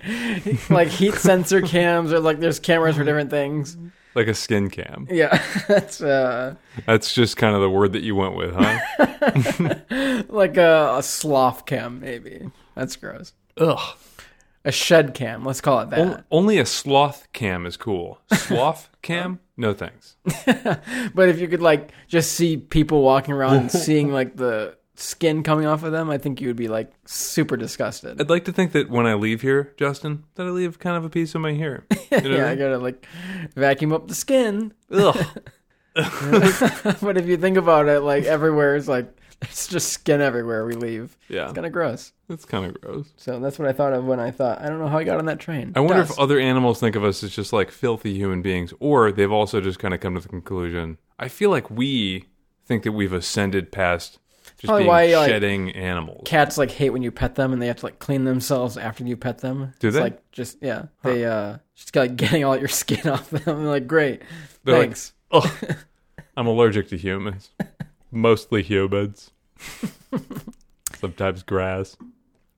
[SPEAKER 2] like heat sensor cams or like there's cameras for different things.
[SPEAKER 1] Like a skin cam.
[SPEAKER 2] Yeah, [LAUGHS] that's uh.
[SPEAKER 1] That's just kind of the word that you went with,
[SPEAKER 2] [LAUGHS]
[SPEAKER 1] huh?
[SPEAKER 2] like a, a sloth cam, maybe. That's gross.
[SPEAKER 1] Ugh.
[SPEAKER 2] A shed cam. Let's call it
[SPEAKER 1] O-
[SPEAKER 2] that.
[SPEAKER 1] only a sloth cam is cool.
[SPEAKER 2] [LAUGHS]
[SPEAKER 1] Sloth cam? No thanks.
[SPEAKER 2] But if you could like just see people walking around and seeing [LAUGHS] like the skin coming off of them, I think you would be like super disgusted.
[SPEAKER 1] I'd like to think that when I leave here, Justin, that I leave kind of a piece of my hair. You know?
[SPEAKER 2] [LAUGHS] Yeah, I gotta like vacuum up the skin.
[SPEAKER 1] Ugh.
[SPEAKER 2] [LAUGHS] but if you think about it, like everywhere is like it's just skin everywhere we leave.
[SPEAKER 1] Yeah.
[SPEAKER 2] It's kind of gross.
[SPEAKER 1] That's kind of gross.
[SPEAKER 2] So that's what I thought of when I thought I don't know how I got on that train.
[SPEAKER 1] I wonder if
[SPEAKER 2] Dust.
[SPEAKER 1] other animals think of us as just like filthy human beings, or they've also just kind of come to the conclusion. I feel like we think that we've ascended past just
[SPEAKER 2] Probably
[SPEAKER 1] being
[SPEAKER 2] why, like,
[SPEAKER 1] shedding animals.
[SPEAKER 2] cats like hate when you pet them and they have to like clean themselves after you pet them.
[SPEAKER 1] Do
[SPEAKER 2] It's
[SPEAKER 1] they?
[SPEAKER 2] like just yeah. They uh just like [LAUGHS] getting all your skin off them. They're like, great.
[SPEAKER 1] [LAUGHS] They're like,
[SPEAKER 2] thanks.
[SPEAKER 1] I'm allergic to humans. mostly humans, [LAUGHS] sometimes grass.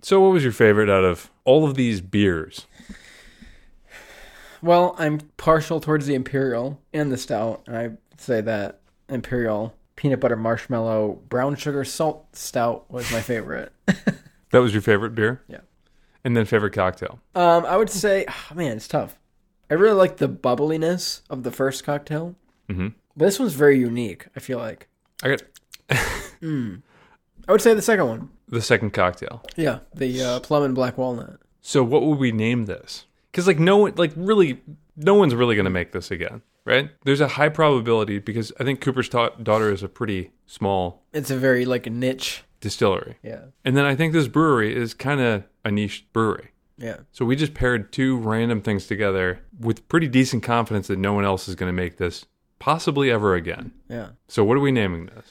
[SPEAKER 1] So, what was your favorite out of all of these beers?
[SPEAKER 2] Well, I'm partial towards the imperial and the stout, and I say that imperial peanut butter marshmallow brown sugar salt stout was my favorite. [LAUGHS]
[SPEAKER 1] That was your favorite beer?
[SPEAKER 2] Yeah.
[SPEAKER 1] And then favorite cocktail?
[SPEAKER 2] um, I would say, oh, man, it's tough. I really like the bubbliness of the first cocktail,
[SPEAKER 1] Mhm.
[SPEAKER 2] but this one's very unique. I feel like
[SPEAKER 1] I got
[SPEAKER 2] I would say the second one.
[SPEAKER 1] the second cocktail.
[SPEAKER 2] Yeah, the uh, plum and black walnut.
[SPEAKER 1] So what would we name this? Because like no one, like really, no one's really going to make this again, right? There's a high probability because I think Cooper's ta- daughter is a pretty small
[SPEAKER 2] It's a very like niche.
[SPEAKER 1] distillery,
[SPEAKER 2] Yeah,
[SPEAKER 1] and then I think this brewery is kind of a niche brewery.
[SPEAKER 2] yeah,
[SPEAKER 1] So we just paired two random things together with pretty decent confidence that no one else is going to make this possibly ever again.
[SPEAKER 2] yeah.
[SPEAKER 1] So what are we naming this?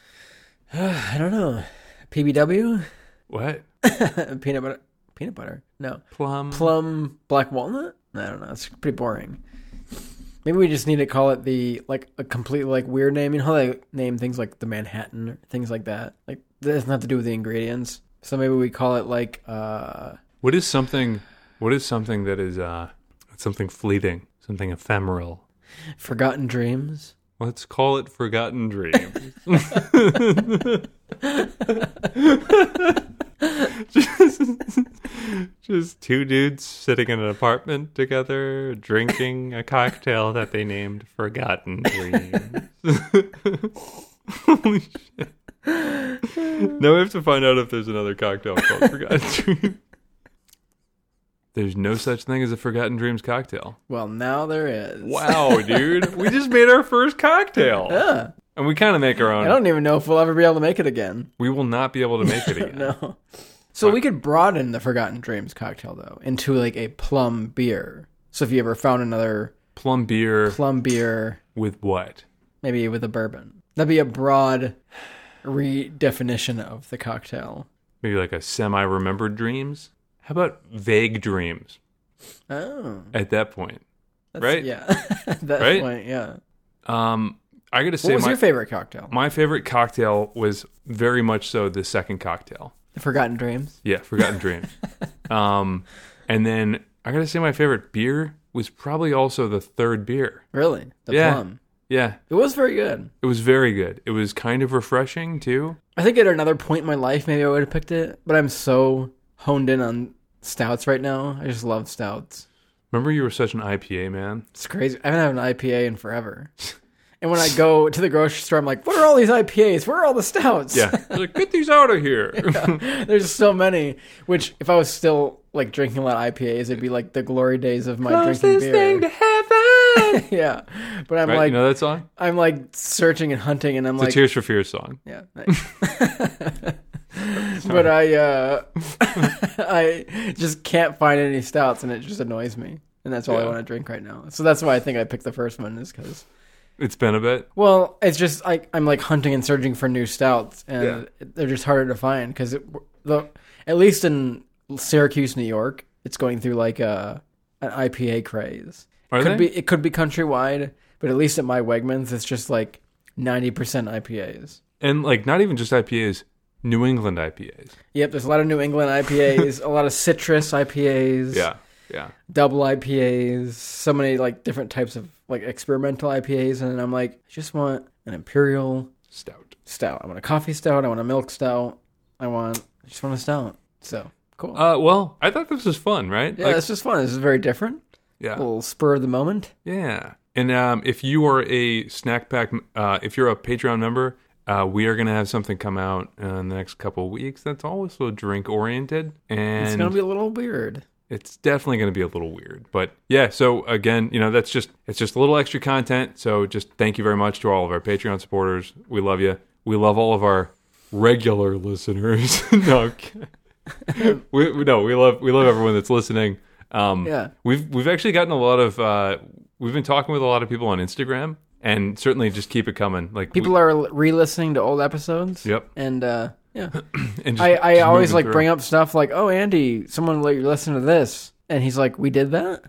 [SPEAKER 2] I don't know. PBW,
[SPEAKER 1] What
[SPEAKER 2] [LAUGHS] peanut butter, peanut butter. No,
[SPEAKER 1] plum?
[SPEAKER 2] plum black walnut. I don't know. It's pretty boring. Maybe we just need to call it the like a complete like weird name. You know how they name things like the Manhattan or things like that. Like that has nothing to do with the ingredients. So maybe we call it like uh
[SPEAKER 1] What is something? What is something that is uh something fleeting, something ephemeral?
[SPEAKER 2] Forgotten Dreams.
[SPEAKER 1] Let's call it Forgotten Dream. [LAUGHS] just, just two dudes sitting in an apartment together drinking a cocktail that they named Forgotten Dream. [LAUGHS] Holy shit. Now we have to find out if there's another cocktail called Forgotten Dream. There's no such thing as a Forgotten Dreams cocktail.
[SPEAKER 2] Well, now there is.
[SPEAKER 1] Wow, dude. We just made our first cocktail.
[SPEAKER 2] [LAUGHS] Yeah.
[SPEAKER 1] And we kind of make our
[SPEAKER 2] [LAUGHS] I
[SPEAKER 1] own.
[SPEAKER 2] don't even know if we'll ever be able to make it again.
[SPEAKER 1] We will not be able to make
[SPEAKER 2] [LAUGHS]
[SPEAKER 1] it again.
[SPEAKER 2] No. So we could broaden the Forgotten Dreams cocktail though into like a plum beer. So if you ever found another
[SPEAKER 1] Plum beer
[SPEAKER 2] plum beer
[SPEAKER 1] with what?
[SPEAKER 2] maybe with a bourbon. That'd be a broad redefinition of the cocktail.
[SPEAKER 1] Maybe like a semi remembered dreams? How about vague dreams
[SPEAKER 2] Oh,
[SPEAKER 1] at that point?
[SPEAKER 2] that's,
[SPEAKER 1] Right?
[SPEAKER 2] Yeah, [LAUGHS] that's
[SPEAKER 1] Right?
[SPEAKER 2] point. Yeah. What
[SPEAKER 1] Um, I got to say,
[SPEAKER 2] was
[SPEAKER 1] my,
[SPEAKER 2] your favorite cocktail?
[SPEAKER 1] my favorite cocktail was very much so the second cocktail.
[SPEAKER 2] The Forgotten Dreams.
[SPEAKER 1] Yeah, Forgotten
[SPEAKER 2] [LAUGHS]
[SPEAKER 1] Dreams. Um, and then I got to say, my favorite beer was probably also the third beer.
[SPEAKER 2] Really, the
[SPEAKER 1] Yeah.
[SPEAKER 2] plum.
[SPEAKER 1] Yeah,
[SPEAKER 2] It was very good.
[SPEAKER 1] it was very good. It was kind of refreshing too.
[SPEAKER 2] I think at another point in my life, maybe I would have picked it, but I'm so honed in on stouts right now. I just love stouts.
[SPEAKER 1] Remember, you were such an IPA man.
[SPEAKER 2] [LAUGHS] It's crazy. I haven't had an IPA in forever. And when I go to the grocery store, I'm like, "What are all these IPAs? Where are all the stouts?"
[SPEAKER 1] Yeah. like, get these out of here.
[SPEAKER 2] [LAUGHS] There's so many. Which, if I was still like drinking a lot of IPAs, it'd be like the glory days of my drinking beer.
[SPEAKER 1] heaven.
[SPEAKER 2] [LAUGHS] yeah, but I'm
[SPEAKER 1] Right?
[SPEAKER 2] like,
[SPEAKER 1] you know that song?
[SPEAKER 2] I'm like searching and hunting, and I'm
[SPEAKER 1] The
[SPEAKER 2] like,
[SPEAKER 1] Tears for Fears song.
[SPEAKER 2] yeah. nice. [LAUGHS] but I, uh, [LAUGHS] I just can't find any stouts, and it just annoys me. And that's all I
[SPEAKER 1] Yeah.
[SPEAKER 2] want to drink right now. So that's why I think I picked the first one is because,
[SPEAKER 1] It's been a bit.
[SPEAKER 2] well, it's just like I'm like hunting and searching for new stouts, and they're just harder to find because the at least in Syracuse, New York, it's going through like a an IPA craze.
[SPEAKER 1] Are
[SPEAKER 2] could
[SPEAKER 1] they?
[SPEAKER 2] be it could be countrywide, but at least at my Wegmans, it's just like ninety percent IPAs.
[SPEAKER 1] And like not even just IPAs, New England IPAs.
[SPEAKER 2] Yep, there's a lot of New England IPAs, a lot of citrus IPAs,
[SPEAKER 1] Yeah. Yeah.
[SPEAKER 2] double IPAs, so many like different types of like experimental IPAs, and I'm like, I just want an imperial
[SPEAKER 1] Stout.
[SPEAKER 2] stout. I want a coffee stout. I want a milk stout. I want I just want a stout. So cool.
[SPEAKER 1] Uh well, I thought this was fun, right?
[SPEAKER 2] yeah,
[SPEAKER 1] Like- Uh,
[SPEAKER 2] it's just fun. This is very different. A
[SPEAKER 1] yeah.
[SPEAKER 2] little spur of the moment.
[SPEAKER 1] Yeah. And um, if you are a snack pack, uh, if you're a Patreon member, uh, we are gonna have something come out uh, in the next couple of weeks that's also drink oriented, and
[SPEAKER 2] It's gonna be a little weird.
[SPEAKER 1] it's definitely going to be a little weird but yeah so again you know that's just it's just a little extra content so just thank you very much to all of our patreon supporters we love you we love all of our regular listeners [LAUGHS] no I'm
[SPEAKER 2] [LAUGHS]
[SPEAKER 1] kidding. we, we- no we love we love everyone that's listening um
[SPEAKER 2] Yeah.
[SPEAKER 1] we've we've actually gotten a lot of uh we've been talking with a lot of people on instagram and certainly just keep it coming like we-
[SPEAKER 2] People are re-listening to old episodes.
[SPEAKER 1] Yep.
[SPEAKER 2] And uh,
[SPEAKER 1] [LAUGHS]
[SPEAKER 2] yeah.
[SPEAKER 1] and just-
[SPEAKER 2] I, I
[SPEAKER 1] just
[SPEAKER 2] always
[SPEAKER 1] moving
[SPEAKER 2] like
[SPEAKER 1] through.
[SPEAKER 2] bring up stuff like, "Oh, Andy, [LAUGHS] someone let you listen to this," and he's like, "We did that."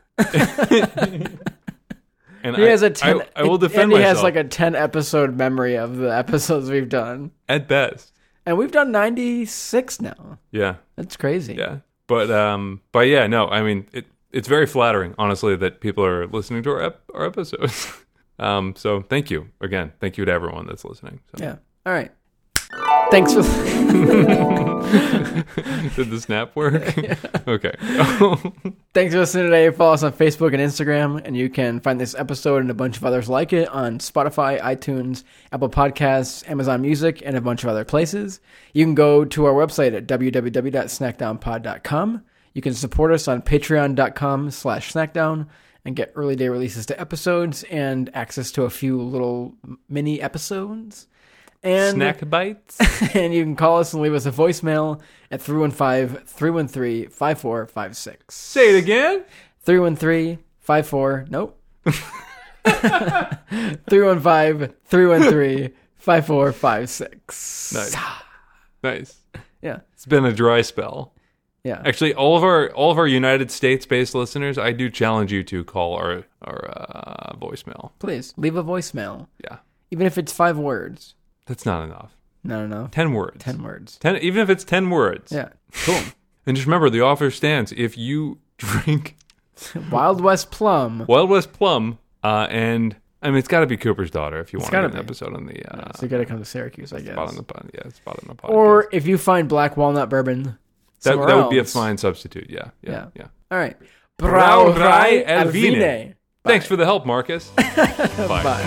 [SPEAKER 1] And
[SPEAKER 2] He
[SPEAKER 1] I,
[SPEAKER 2] has a ten.
[SPEAKER 1] I, I will defend
[SPEAKER 2] Andy
[SPEAKER 1] myself.
[SPEAKER 2] has like a ten episode memory of the [LAUGHS] episodes we've done,
[SPEAKER 1] at best.
[SPEAKER 2] and we've done ninety six now.
[SPEAKER 1] Yeah,
[SPEAKER 2] That's crazy.
[SPEAKER 1] yeah. But um, but yeah, no. I mean, it it's very flattering, honestly, that people are listening to our ep- our episodes. [LAUGHS] um, so thank you again. Thank you to everyone that's listening. So. [LAUGHS]
[SPEAKER 2] Yeah. All right. Thanks for. [LAUGHS]
[SPEAKER 1] Did the snap work? [LAUGHS] okay.
[SPEAKER 2] Thanks for listening today. Follow us on Facebook and Instagram, and you can find this episode and a bunch of others like it on Spotify, iTunes, Apple Podcasts, Amazon Music, and a bunch of other places. You can go to our website at www.snackdownpod.com. You can support us on patreon.com slash snackdown and get early day releases to episodes and access to a few little mini episodes. And
[SPEAKER 1] Snack bites.
[SPEAKER 2] [LAUGHS] and you can call us and leave us a voicemail at 315-313-5456.
[SPEAKER 1] Say it again.
[SPEAKER 2] 313-54 nope. [LAUGHS] 315-313-5456.
[SPEAKER 1] Nice. Nice.
[SPEAKER 2] Yeah.
[SPEAKER 1] It's been a dry spell.
[SPEAKER 2] Yeah.
[SPEAKER 1] Actually, all of our all of our United States based listeners, I do challenge you to call our our uh, voicemail.
[SPEAKER 2] Please leave a voicemail.
[SPEAKER 1] Yeah,
[SPEAKER 2] Even if it's 5 words.
[SPEAKER 1] that's not enough.
[SPEAKER 2] No, no, no.
[SPEAKER 1] Ten words.
[SPEAKER 2] 10 words.
[SPEAKER 1] Ten, even if it's ten words.
[SPEAKER 2] Yeah.
[SPEAKER 1] Cool. and just remember, the offer stands. If you [LAUGHS] drink
[SPEAKER 2] Wild West Plum.
[SPEAKER 1] Wild West Plum, uh, and I mean, it's got to be Cooper's daughter if you want to
[SPEAKER 2] gotta
[SPEAKER 1] get an
[SPEAKER 2] be.
[SPEAKER 1] episode on the uh,
[SPEAKER 2] So you got to come to Syracuse, I
[SPEAKER 1] bottom of
[SPEAKER 2] guess.
[SPEAKER 1] the pod. Yeah, it's bottom of the podcast.
[SPEAKER 2] Or if you find black walnut bourbon
[SPEAKER 1] that,
[SPEAKER 2] somewhere
[SPEAKER 1] that would be a
[SPEAKER 2] else.
[SPEAKER 1] fine substitute. Yeah, yeah, yeah.
[SPEAKER 2] Yeah. All right.
[SPEAKER 1] Brauerei Alvine.
[SPEAKER 2] Alvine.
[SPEAKER 1] Thanks for the help, Marcus. Bye. [LAUGHS]
[SPEAKER 2] Bye.